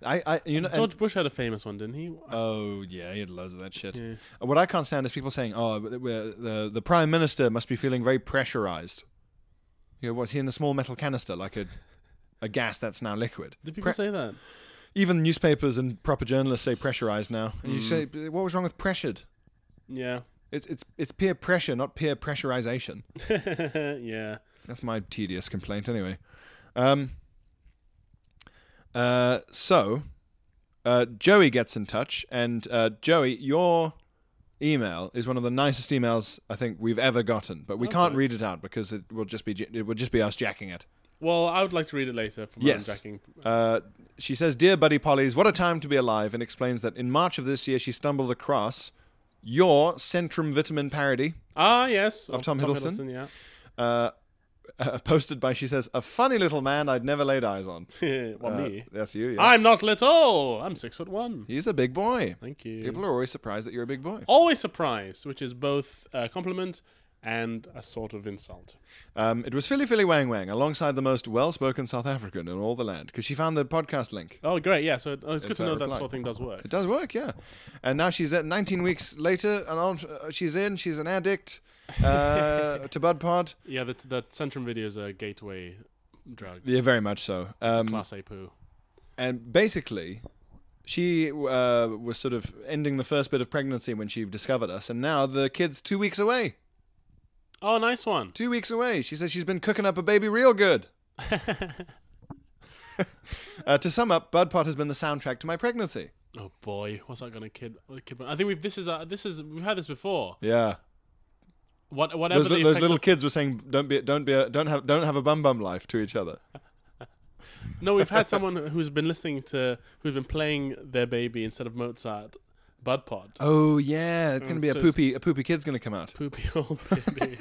Speaker 2: I, I, you know, and-
Speaker 6: George Bush had a famous one, didn't he?
Speaker 2: Oh yeah, he had loads of that shit.
Speaker 6: Yeah.
Speaker 2: Uh, What I can't stand is people saying, "Oh, but we're- the the prime minister must be feeling very pressurized." You know, was he in a small metal canister like a a gas that's now liquid?
Speaker 6: Did people
Speaker 2: Pre-
Speaker 6: say that?
Speaker 2: Even newspapers and proper journalists say pressurized now. And
Speaker 6: Mm.
Speaker 2: you say, "But "What was wrong with pressured?"
Speaker 6: Yeah,
Speaker 2: It's it's it's peer pressure, not peer pressurization.
Speaker 6: Uh, yeah.
Speaker 2: That's my tedious complaint, anyway. Um, uh, so, uh, Joey gets in touch, and uh, Joey, your email is one of the nicest emails I think we've ever gotten, but we can't read it out because it will just be j- it will just be us jacking it.
Speaker 6: Well, I would like to read it later from
Speaker 2: Yes.
Speaker 6: my own jacking.
Speaker 2: Uh, she says, "Dear Buddy Polly's, what a time to be alive!" and explains that in March of this year she stumbled across your Centrum Vitamin parody.
Speaker 6: Ah, yes, of,
Speaker 2: Tom Hiddleston?
Speaker 6: yeah.
Speaker 2: Uh, uh, posted by, she says, a funny little man I'd never laid eyes on.
Speaker 6: well,
Speaker 2: Uh,
Speaker 6: me.
Speaker 2: That's you. Yeah.
Speaker 6: I'm not little. I'm six foot one.
Speaker 2: He's a big boy.
Speaker 6: Thank you.
Speaker 2: People are always surprised that you're a big boy.
Speaker 6: Always surprised, which is both a compliment and a sort of insult.
Speaker 2: Um, it was Philly Philly Wang Wang alongside the most well spoken South African in all the land because she found the podcast link.
Speaker 6: Oh, great. Yeah. So it- oh, it's good
Speaker 2: It's
Speaker 6: to
Speaker 2: a
Speaker 6: know that
Speaker 2: reply.
Speaker 6: sort of thing does work.
Speaker 2: It does work, yeah. And now she's at 19 weeks later, and on, uh, she's in, she's an addict uh, to Bud Pod.
Speaker 6: Yeah, that that Centrum video is a gateway drug.
Speaker 2: Yeah, very much so. Um,
Speaker 6: Class A poo.
Speaker 2: and basically, she uh, was sort of ending the first bit of pregnancy when she discovered us, and now the kid's two weeks away.
Speaker 6: Oh, nice one.
Speaker 2: Two weeks away. She says she's been cooking up a baby real good. Uh, to sum up, Bud Pot has been the soundtrack to my pregnancy.
Speaker 6: Oh boy, what's that gonna kid? uh, kid I think we've this is uh, this is we've had this before.
Speaker 2: Yeah,
Speaker 6: What whatever
Speaker 2: those,
Speaker 6: the
Speaker 2: li- those
Speaker 6: effect
Speaker 2: little
Speaker 6: of-
Speaker 2: kids were saying, "Don't be, don't be, a, don't have, don't have a bum bum life" to each other.
Speaker 6: No, we've had someone who's been listening to who's been playing their baby instead of Mozart, Bud Pod.
Speaker 2: Oh yeah, it's gonna be
Speaker 6: so
Speaker 2: a
Speaker 6: it's-
Speaker 2: poopy, a poopy kid's gonna come out.
Speaker 6: Poopy old baby.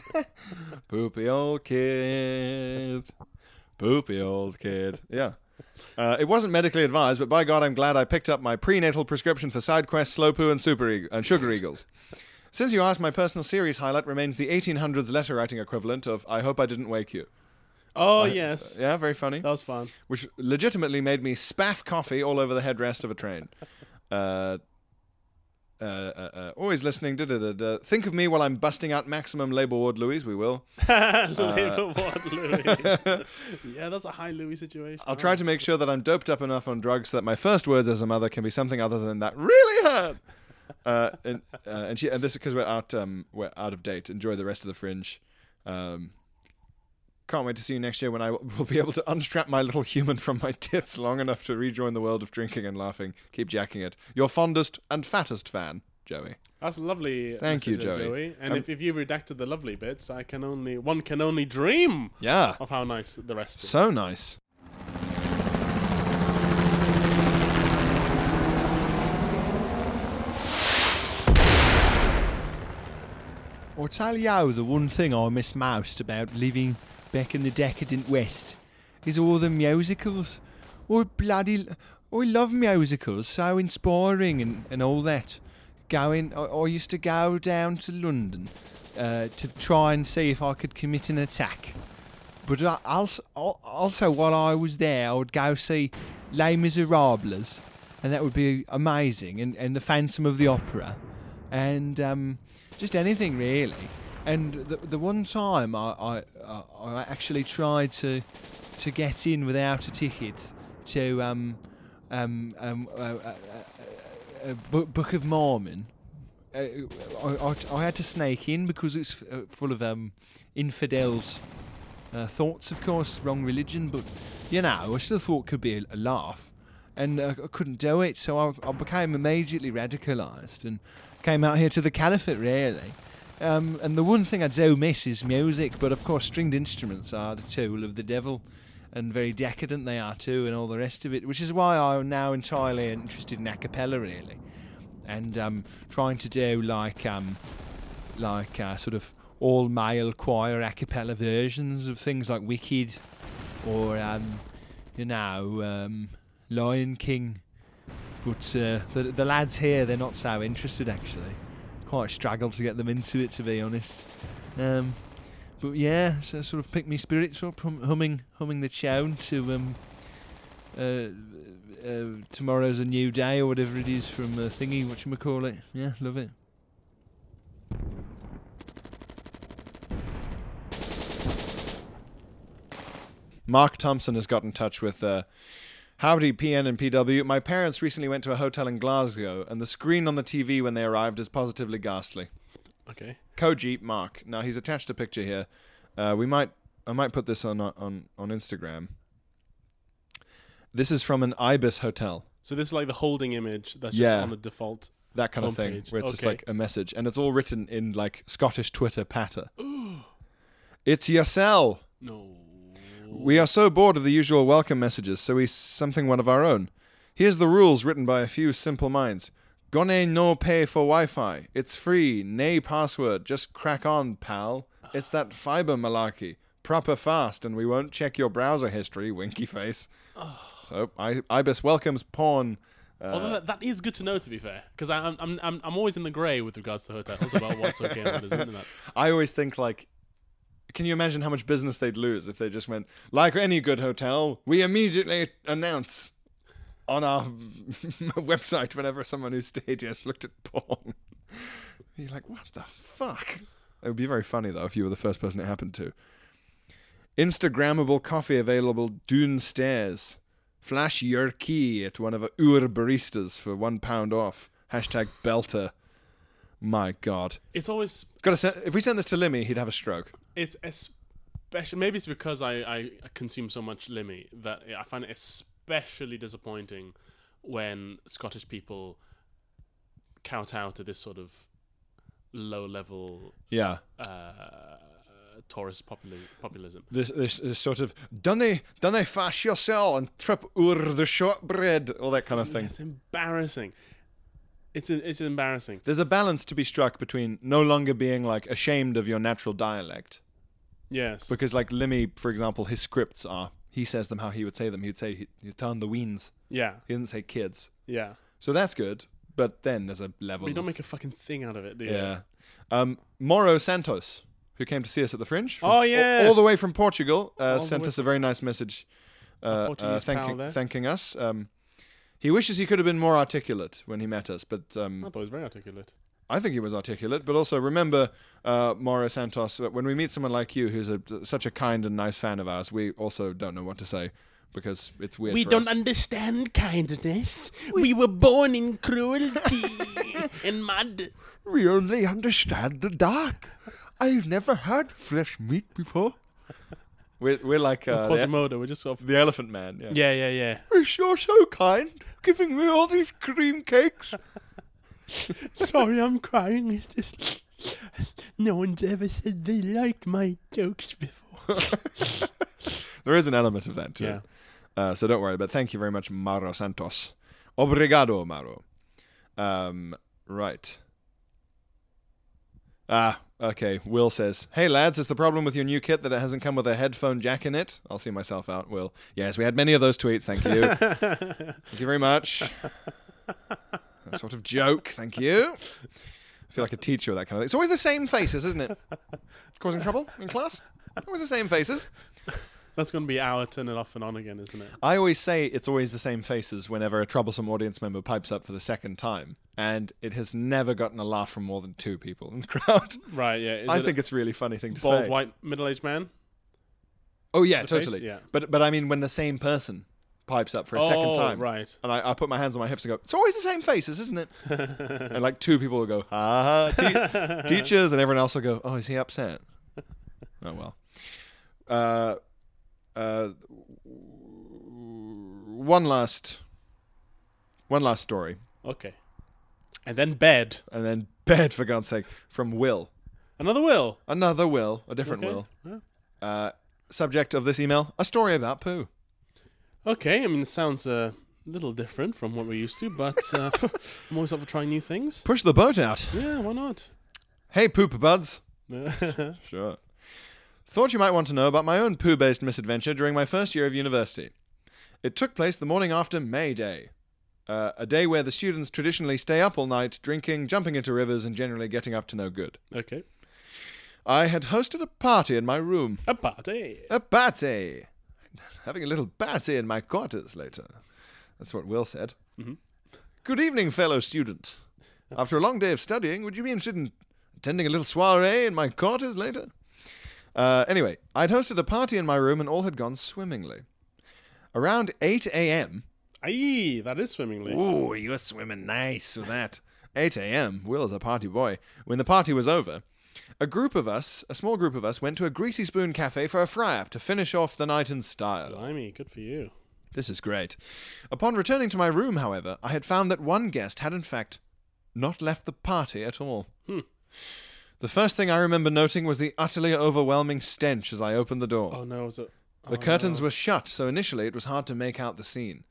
Speaker 2: Poopy old kid. Poopy old kid. Yeah. Uh, it wasn't medically advised, but by God, I'm glad I picked up my prenatal prescription for side quests, slow poo, and super eag- and sugar eagles. Since you asked, my personal series highlight remains the 1800s letter writing equivalent of "I hope I didn't wake you."
Speaker 6: oh yes,
Speaker 2: Yeah, very funny.
Speaker 6: that was fun.
Speaker 2: which legitimately made me spaff coffee all over the headrest of a train. Uh, uh, uh, uh, always listening. Da, da, da, da. Think of me while I'm busting out maximum labor ward, Louise. We will. Uh,
Speaker 6: Little Ward Louis. yeah, that's a high Louis situation.
Speaker 2: I'll try to make sure that I'm doped up enough on drugs so that my first words as a mother can be something other than that really hurt. Uh, and uh, and she and this is because we're out um, we're out of date. Enjoy the rest of the fringe. Um, can't wait to see you next year when I will be able to unstrap my little human from my tits long enough to rejoin the world of drinking and laughing. Keep jacking it. Your fondest and fattest fan, Joey.
Speaker 6: That's a lovely.
Speaker 2: Thank you,
Speaker 6: message there,
Speaker 2: Joey. Um,
Speaker 6: And if, if you've redacted the lovely bits, I can only one can only dream
Speaker 2: Yeah,
Speaker 6: of how nice the rest is.
Speaker 2: so nice.
Speaker 7: I'll tell you the one thing I miss most about living back in the decadent West is all the musicals. I bloody, I love musicals, so inspiring and, and all that. Going, I, I used to go down to London uh, to try and see if I could commit an attack. But I, also, al- also, while I was there, I would go see Les Miserables, and that would be amazing, and, and The Phantom of the Opera, and um, just anything really. And the, the one time I, I, I- I actually tried to to get in without a ticket to um, um, um, uh, uh, uh, uh, Bo- Book of Mormon, uh, I, I, I had to snake in because it's f- uh, full of um, infidels' uh, thoughts, of course, wrong religion, but you know, I still thought could be a, a laugh, and uh, I couldn't do it, so I, I became immediately radicalised and came out here to the caliphate, really. Um, and the one thing I do miss is music, but of course, stringed instruments are the tool of the devil. And very decadent they are too, and all the rest of it, which is why I'm now entirely interested in a cappella, really and um, trying to do like um, like uh, sort of all male choir a cappella versions of things like Wicked or um, you know um, Lion King. But uh, the, the lads here, they're not so interested actually. Quite struggled to get them into it, to be honest. Um, but yeah, so sort of pick me spirits up, hum- humming humming the tune to um, uh, uh, tomorrow's a new day or whatever it is from uh, thingy whatchamacallit. yeah love it
Speaker 2: Mark Thompson has got in touch with uh, Howdy PN and PW. My parents recently went to a hotel in Glasgow, and the screen on the TV when they arrived is positively ghastly.
Speaker 6: Okay.
Speaker 2: Koji Mark. Now he's attached a picture here. Uh, we might I might put this on on on Instagram. This is from an ibis hotel,
Speaker 6: So this is like the holding image that's
Speaker 2: Yeah.
Speaker 6: just on the default.
Speaker 2: that kind of thing,
Speaker 6: Homepage,
Speaker 2: where it's just
Speaker 6: okay.
Speaker 2: like a message, and it's all written in like Scottish Twitter patter. It's yourself.
Speaker 6: No.
Speaker 2: We are so bored of the usual welcome messages, so we s- something one of our own. Here's the rules written by a few simple minds. Gone eh no pay for Wi-Fi. It's free. Nay password. Just crack on, pal. It's that fiber malarkey. Proper fast, and we won't check your browser history. Winky face. So I, Ibis welcomes porn. Uh,
Speaker 6: Although that, that is good to know, to be fair, because I'm, I'm I'm I'm always in the grey with regards to hotels about what's okay and what isn't.
Speaker 2: I always think like, can you imagine how much business they'd lose if they just went like any good hotel? We immediately announce on our website whenever someone who stayed here has looked at porn. You're like, what the fuck? It would be very funny though if you were the first person it happened to. Instagrammable coffee available Dune Stairs. Flash your key at one of our Ur baristas for one pound off. Hashtag belter. My god.
Speaker 6: It's always
Speaker 2: Gotta send, if we send this to Limmy, he'd have a stroke.
Speaker 6: it's es- especially maybe it's because I, I consume so much Limmy that I find it especially disappointing when Scottish people kowtow to this sort of low level
Speaker 2: Yeah.
Speaker 6: uh, tourist populi- populism.
Speaker 2: This, this this sort of dunny dunny fash yourself and trip o'er the shortbread, all that kind of thing.
Speaker 6: It's embarrassing. It's it's embarrassing.
Speaker 2: There's a balance to be struck between no longer being like ashamed of your natural dialect,
Speaker 6: Yes.
Speaker 2: because like Limmy, for example, his scripts are he says them how he would say them. He'd say he, he turned the weens.
Speaker 6: yeah.
Speaker 2: He didn't say kids,
Speaker 6: Yeah.
Speaker 2: so that's good. But then there's a level.
Speaker 6: But you
Speaker 2: of-
Speaker 6: don't make a fucking thing out of it, do you?
Speaker 2: Yeah. Um, Moro Santos, who came to see us at the Fringe. from-
Speaker 6: Oh,
Speaker 2: all- All the
Speaker 6: yes.
Speaker 2: way from Portugal, uh,
Speaker 6: the
Speaker 2: sent
Speaker 6: way
Speaker 2: us a very nice message uh,
Speaker 6: Portuguese
Speaker 2: uh,
Speaker 6: pal
Speaker 2: thanking,
Speaker 6: there.
Speaker 2: thanking us. Um, he wishes he could have been more articulate when he met us, but
Speaker 6: I
Speaker 2: um,
Speaker 6: thought it was very articulate.
Speaker 2: I think he was articulate. But also remember, uh, Moro Santos, that when we meet someone like you who's a, such a kind and nice fan of ours, we also don't know what to say because it's weird.
Speaker 3: We
Speaker 2: for
Speaker 3: don't
Speaker 2: us.
Speaker 3: understand kindness. We, were born in cruelty and mud.
Speaker 8: We only understand the dark. I've never had fresh meat before.
Speaker 2: we're, we're like uh, the,
Speaker 6: Quasimodo, we're just sort of.
Speaker 2: the Elephant Man. Yeah.
Speaker 6: Yeah, yeah, yeah.
Speaker 8: You're so kind, giving me all these cream cakes.
Speaker 3: Sorry, I'm crying. It's just no one's ever said they liked my jokes before.
Speaker 2: There is an element of that too.
Speaker 6: Yeah.
Speaker 2: Uh, so don't worry, but thank you very much, Maro Santos. Obrigado, Maro. Um, right. Ah, okay. Will says, Hey lads, is the problem with your new kit that it hasn't come with a headphone jack in it? I'll see myself out, Will. Yes, we had many of those tweets, thank you. thank you very much. That sort of joke, thank you. I feel like a teacher with that kind of thing. It's always the same faces, isn't it? Causing trouble in class? Always the same faces.
Speaker 6: That's going to be our turn it off and on again, isn't it?
Speaker 2: I always say it's always the same faces whenever a troublesome audience member pipes up for the second time, and it has never gotten a laugh from more than two people in the crowd.
Speaker 6: Right, yeah. Is
Speaker 2: I
Speaker 6: it
Speaker 2: think it's a really funny thing to
Speaker 6: a bald,
Speaker 2: say.
Speaker 6: white, middle aged man?
Speaker 2: oh yeah,
Speaker 6: the face?
Speaker 2: totally.
Speaker 6: Yeah.
Speaker 2: But but I mean when the same person pipes up for a second
Speaker 6: Oh,
Speaker 2: time,
Speaker 6: right.
Speaker 2: And I, I put my hands on my hips and go, "It's always the same faces, isn't it?" and like two people will go, "Ha ha," te- teachers, and everyone else will go, "Oh, is he upset?" Oh well. Uh, uh, one last, one last story,
Speaker 6: Okay. And then bed.
Speaker 2: and then bed for God's sake from Will.
Speaker 6: Another will.
Speaker 2: Another Will, a different
Speaker 6: Okay.
Speaker 2: Will. Uh, subject of this email: a story about poo.
Speaker 6: Okay, I mean, it sounds a little different from what we're used to, but uh, I'm always up for trying new things.
Speaker 2: Push the boat out.
Speaker 6: Yeah, why not?
Speaker 2: Hey, poop buds.
Speaker 6: okay.
Speaker 2: Sure. Thought you might want to know about my own poo based misadventure during my first year of university. It took place the morning after May Day, uh, a day where the students traditionally stay up all night, drinking, jumping into rivers, and generally getting up to no good. I had hosted a party in my room.
Speaker 6: A party.
Speaker 2: A party! Having a little party in my quarters later. That's what Will said. Good evening, fellow student. After a long day of studying, would you be interested in attending a little soiree in my quarters later? Uh, anyway, I'd hosted a party in my room and all had gone swimmingly. Around 8 a.m.,
Speaker 6: Aye, that is swimmingly.
Speaker 2: Ooh, you're swimming nice with that. 8 a.m. Will's a party boy. When the party was over, a group of us, a small group of us, went to a Greasy Spoon cafe for a fry up to finish off the night in style.
Speaker 6: Blimey, good for you.
Speaker 2: This is great. Upon returning to my room, however, I had found that one guest had, in fact, not left the party at all. The first thing I remember noting was the utterly overwhelming stench as I opened the door.
Speaker 6: Oh no, was it?
Speaker 2: The curtains were shut, so initially it was hard to make out the scene.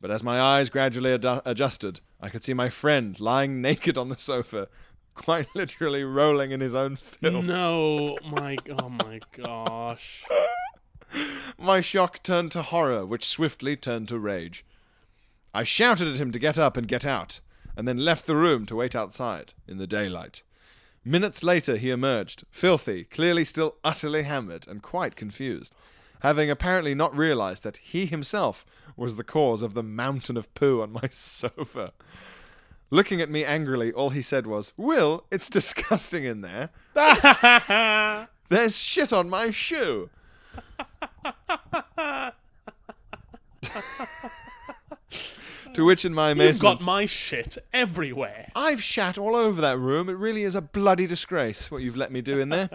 Speaker 2: But as my eyes gradually ad- adjusted, I could see my friend lying naked on the sofa, quite literally rolling in his own film.
Speaker 6: No, my, oh my gosh.
Speaker 2: My shock turned to horror, which swiftly turned to rage. I shouted at him to get up and get out, and then left the room to wait outside in the daylight. Minutes later, he emerged, filthy, clearly still utterly hammered, and quite confused, having apparently not realized that he himself was the cause of the mountain of poo on my sofa. Looking at me angrily, all he said was, Will, it's disgusting in there. There's shit on my shoe. To which, in my
Speaker 6: You've
Speaker 2: amazement,
Speaker 6: got my shit everywhere.
Speaker 2: I've shat all over that room. It really is a bloody disgrace what you've let me do in there.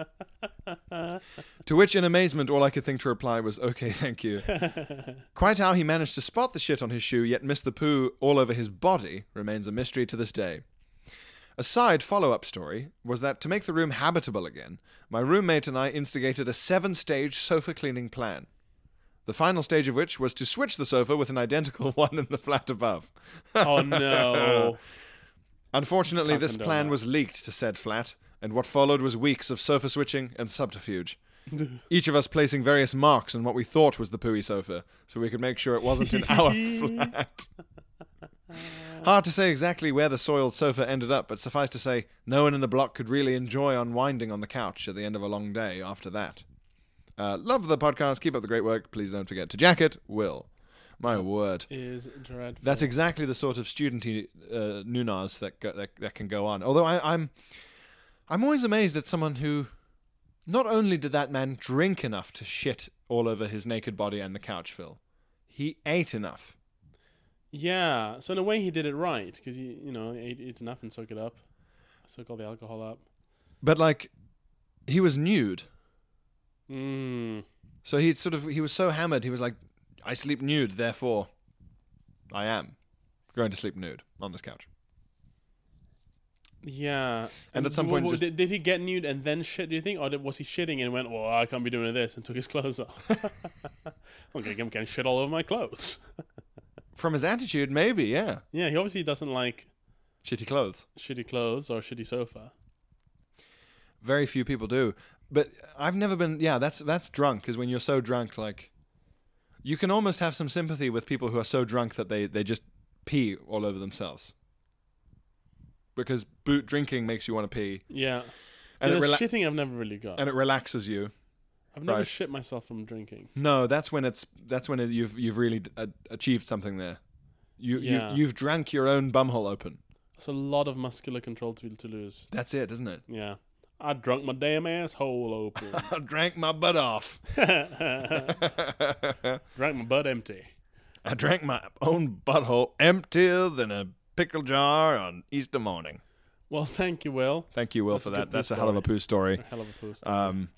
Speaker 2: to which, in amazement, all I could think to reply was, okay, thank you. Quite how he managed to spot the shit on his shoe yet miss the poo all over his body remains a mystery to this day. A side follow up story was that to make the room habitable again, my roommate and I instigated a seven stage sofa cleaning plan. The final stage of which was to switch the sofa with an identical one in the flat above.
Speaker 6: Oh no.
Speaker 2: Unfortunately,
Speaker 6: Can't
Speaker 2: this
Speaker 6: condone
Speaker 2: plan
Speaker 6: that.
Speaker 2: was leaked to said flat, and what followed was weeks of sofa switching and subterfuge. Each of us placing various marks on what we thought was the pooey sofa, so we could make sure it wasn't in our flat. Hard to say exactly where the soiled sofa ended up, but suffice to say, no one in the block could really enjoy unwinding on the couch at the end of a long day after that. Uh, love the podcast. Keep up the great work. Please don't forget to jacket. Will. My word.
Speaker 6: Is dreadful.
Speaker 2: That's exactly the sort of studenty uh, nunas that, go, that that can go on. Although I, I'm, I'm always amazed at someone who, not only did that man drink enough to shit all over his naked body and the couch, Phil, he ate enough.
Speaker 6: Yeah. So in a way, he did it right because you you know ate, ate enough and soak it up, soak all the alcohol up.
Speaker 2: But like, he was nude,
Speaker 6: Mm.
Speaker 2: so he sort of he was so hammered he was like, I sleep nude, therefore, I am going to sleep nude on this couch.
Speaker 6: Yeah.
Speaker 2: And at some point
Speaker 6: w- w-
Speaker 2: just-
Speaker 6: did, did he get nude and then shit? Do you think, or did, was he shitting and went, "Well, I can't be doing this," and took his clothes off? I'm gonna, I'm gonna shit all over my clothes.
Speaker 2: From his attitude, maybe, yeah,
Speaker 6: Yeah, he obviously doesn't like
Speaker 2: shitty clothes.
Speaker 6: shitty clothes or shitty sofa.
Speaker 2: Very few people do. But I've never been. Yeah, that's that's drunk. Is when you're so drunk, like you can almost have some sympathy with people who are so drunk that they they just pee all over themselves. Because boot drinking makes you want to pee,
Speaker 6: Yeah.
Speaker 2: and it
Speaker 6: And
Speaker 2: rela-
Speaker 6: shitting I've never really got.
Speaker 2: and it relaxes you.
Speaker 6: I've never
Speaker 2: right.
Speaker 6: shit myself from drinking.
Speaker 2: No, that's when it's that's when you've you've really uh, achieved something there. You,
Speaker 6: Yeah.
Speaker 2: you you've drank your own bumhole open.
Speaker 6: That's a lot of muscular control to, to lose.
Speaker 2: That's it, isn't it?
Speaker 6: Yeah. I drunk my damn asshole open.
Speaker 2: I drank my butt off.
Speaker 6: Drank my butt empty.
Speaker 2: I drank my own butthole emptier than a pickle jar on Easter morning.
Speaker 6: Well, thank you, Will.
Speaker 2: Thank you, Will,
Speaker 6: That's
Speaker 2: for
Speaker 6: a good
Speaker 2: that.
Speaker 6: poo
Speaker 2: That's a hell of a
Speaker 6: story.
Speaker 2: poo story.
Speaker 6: A hell of a post.
Speaker 2: Um,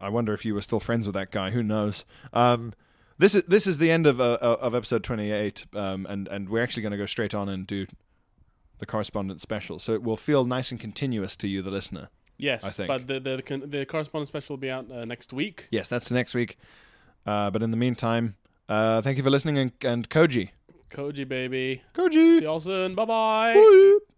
Speaker 2: I wonder if you were still friends with that guy. Who knows? Um, this is this is the end of uh, of episode twenty eight, um, and and we're actually going to go straight on and do the correspondence special. So it will feel nice and continuous to you, the listener.
Speaker 6: yes,
Speaker 2: I think.
Speaker 6: but the the, the, con- the correspondence special will be out uh, next week.
Speaker 2: Yes, that's next week. Uh, but in the meantime, uh, thank you for listening, and, and Koji,
Speaker 6: Koji, baby.
Speaker 2: Koji.
Speaker 6: See y'all soon. Bye bye.
Speaker 2: Boop.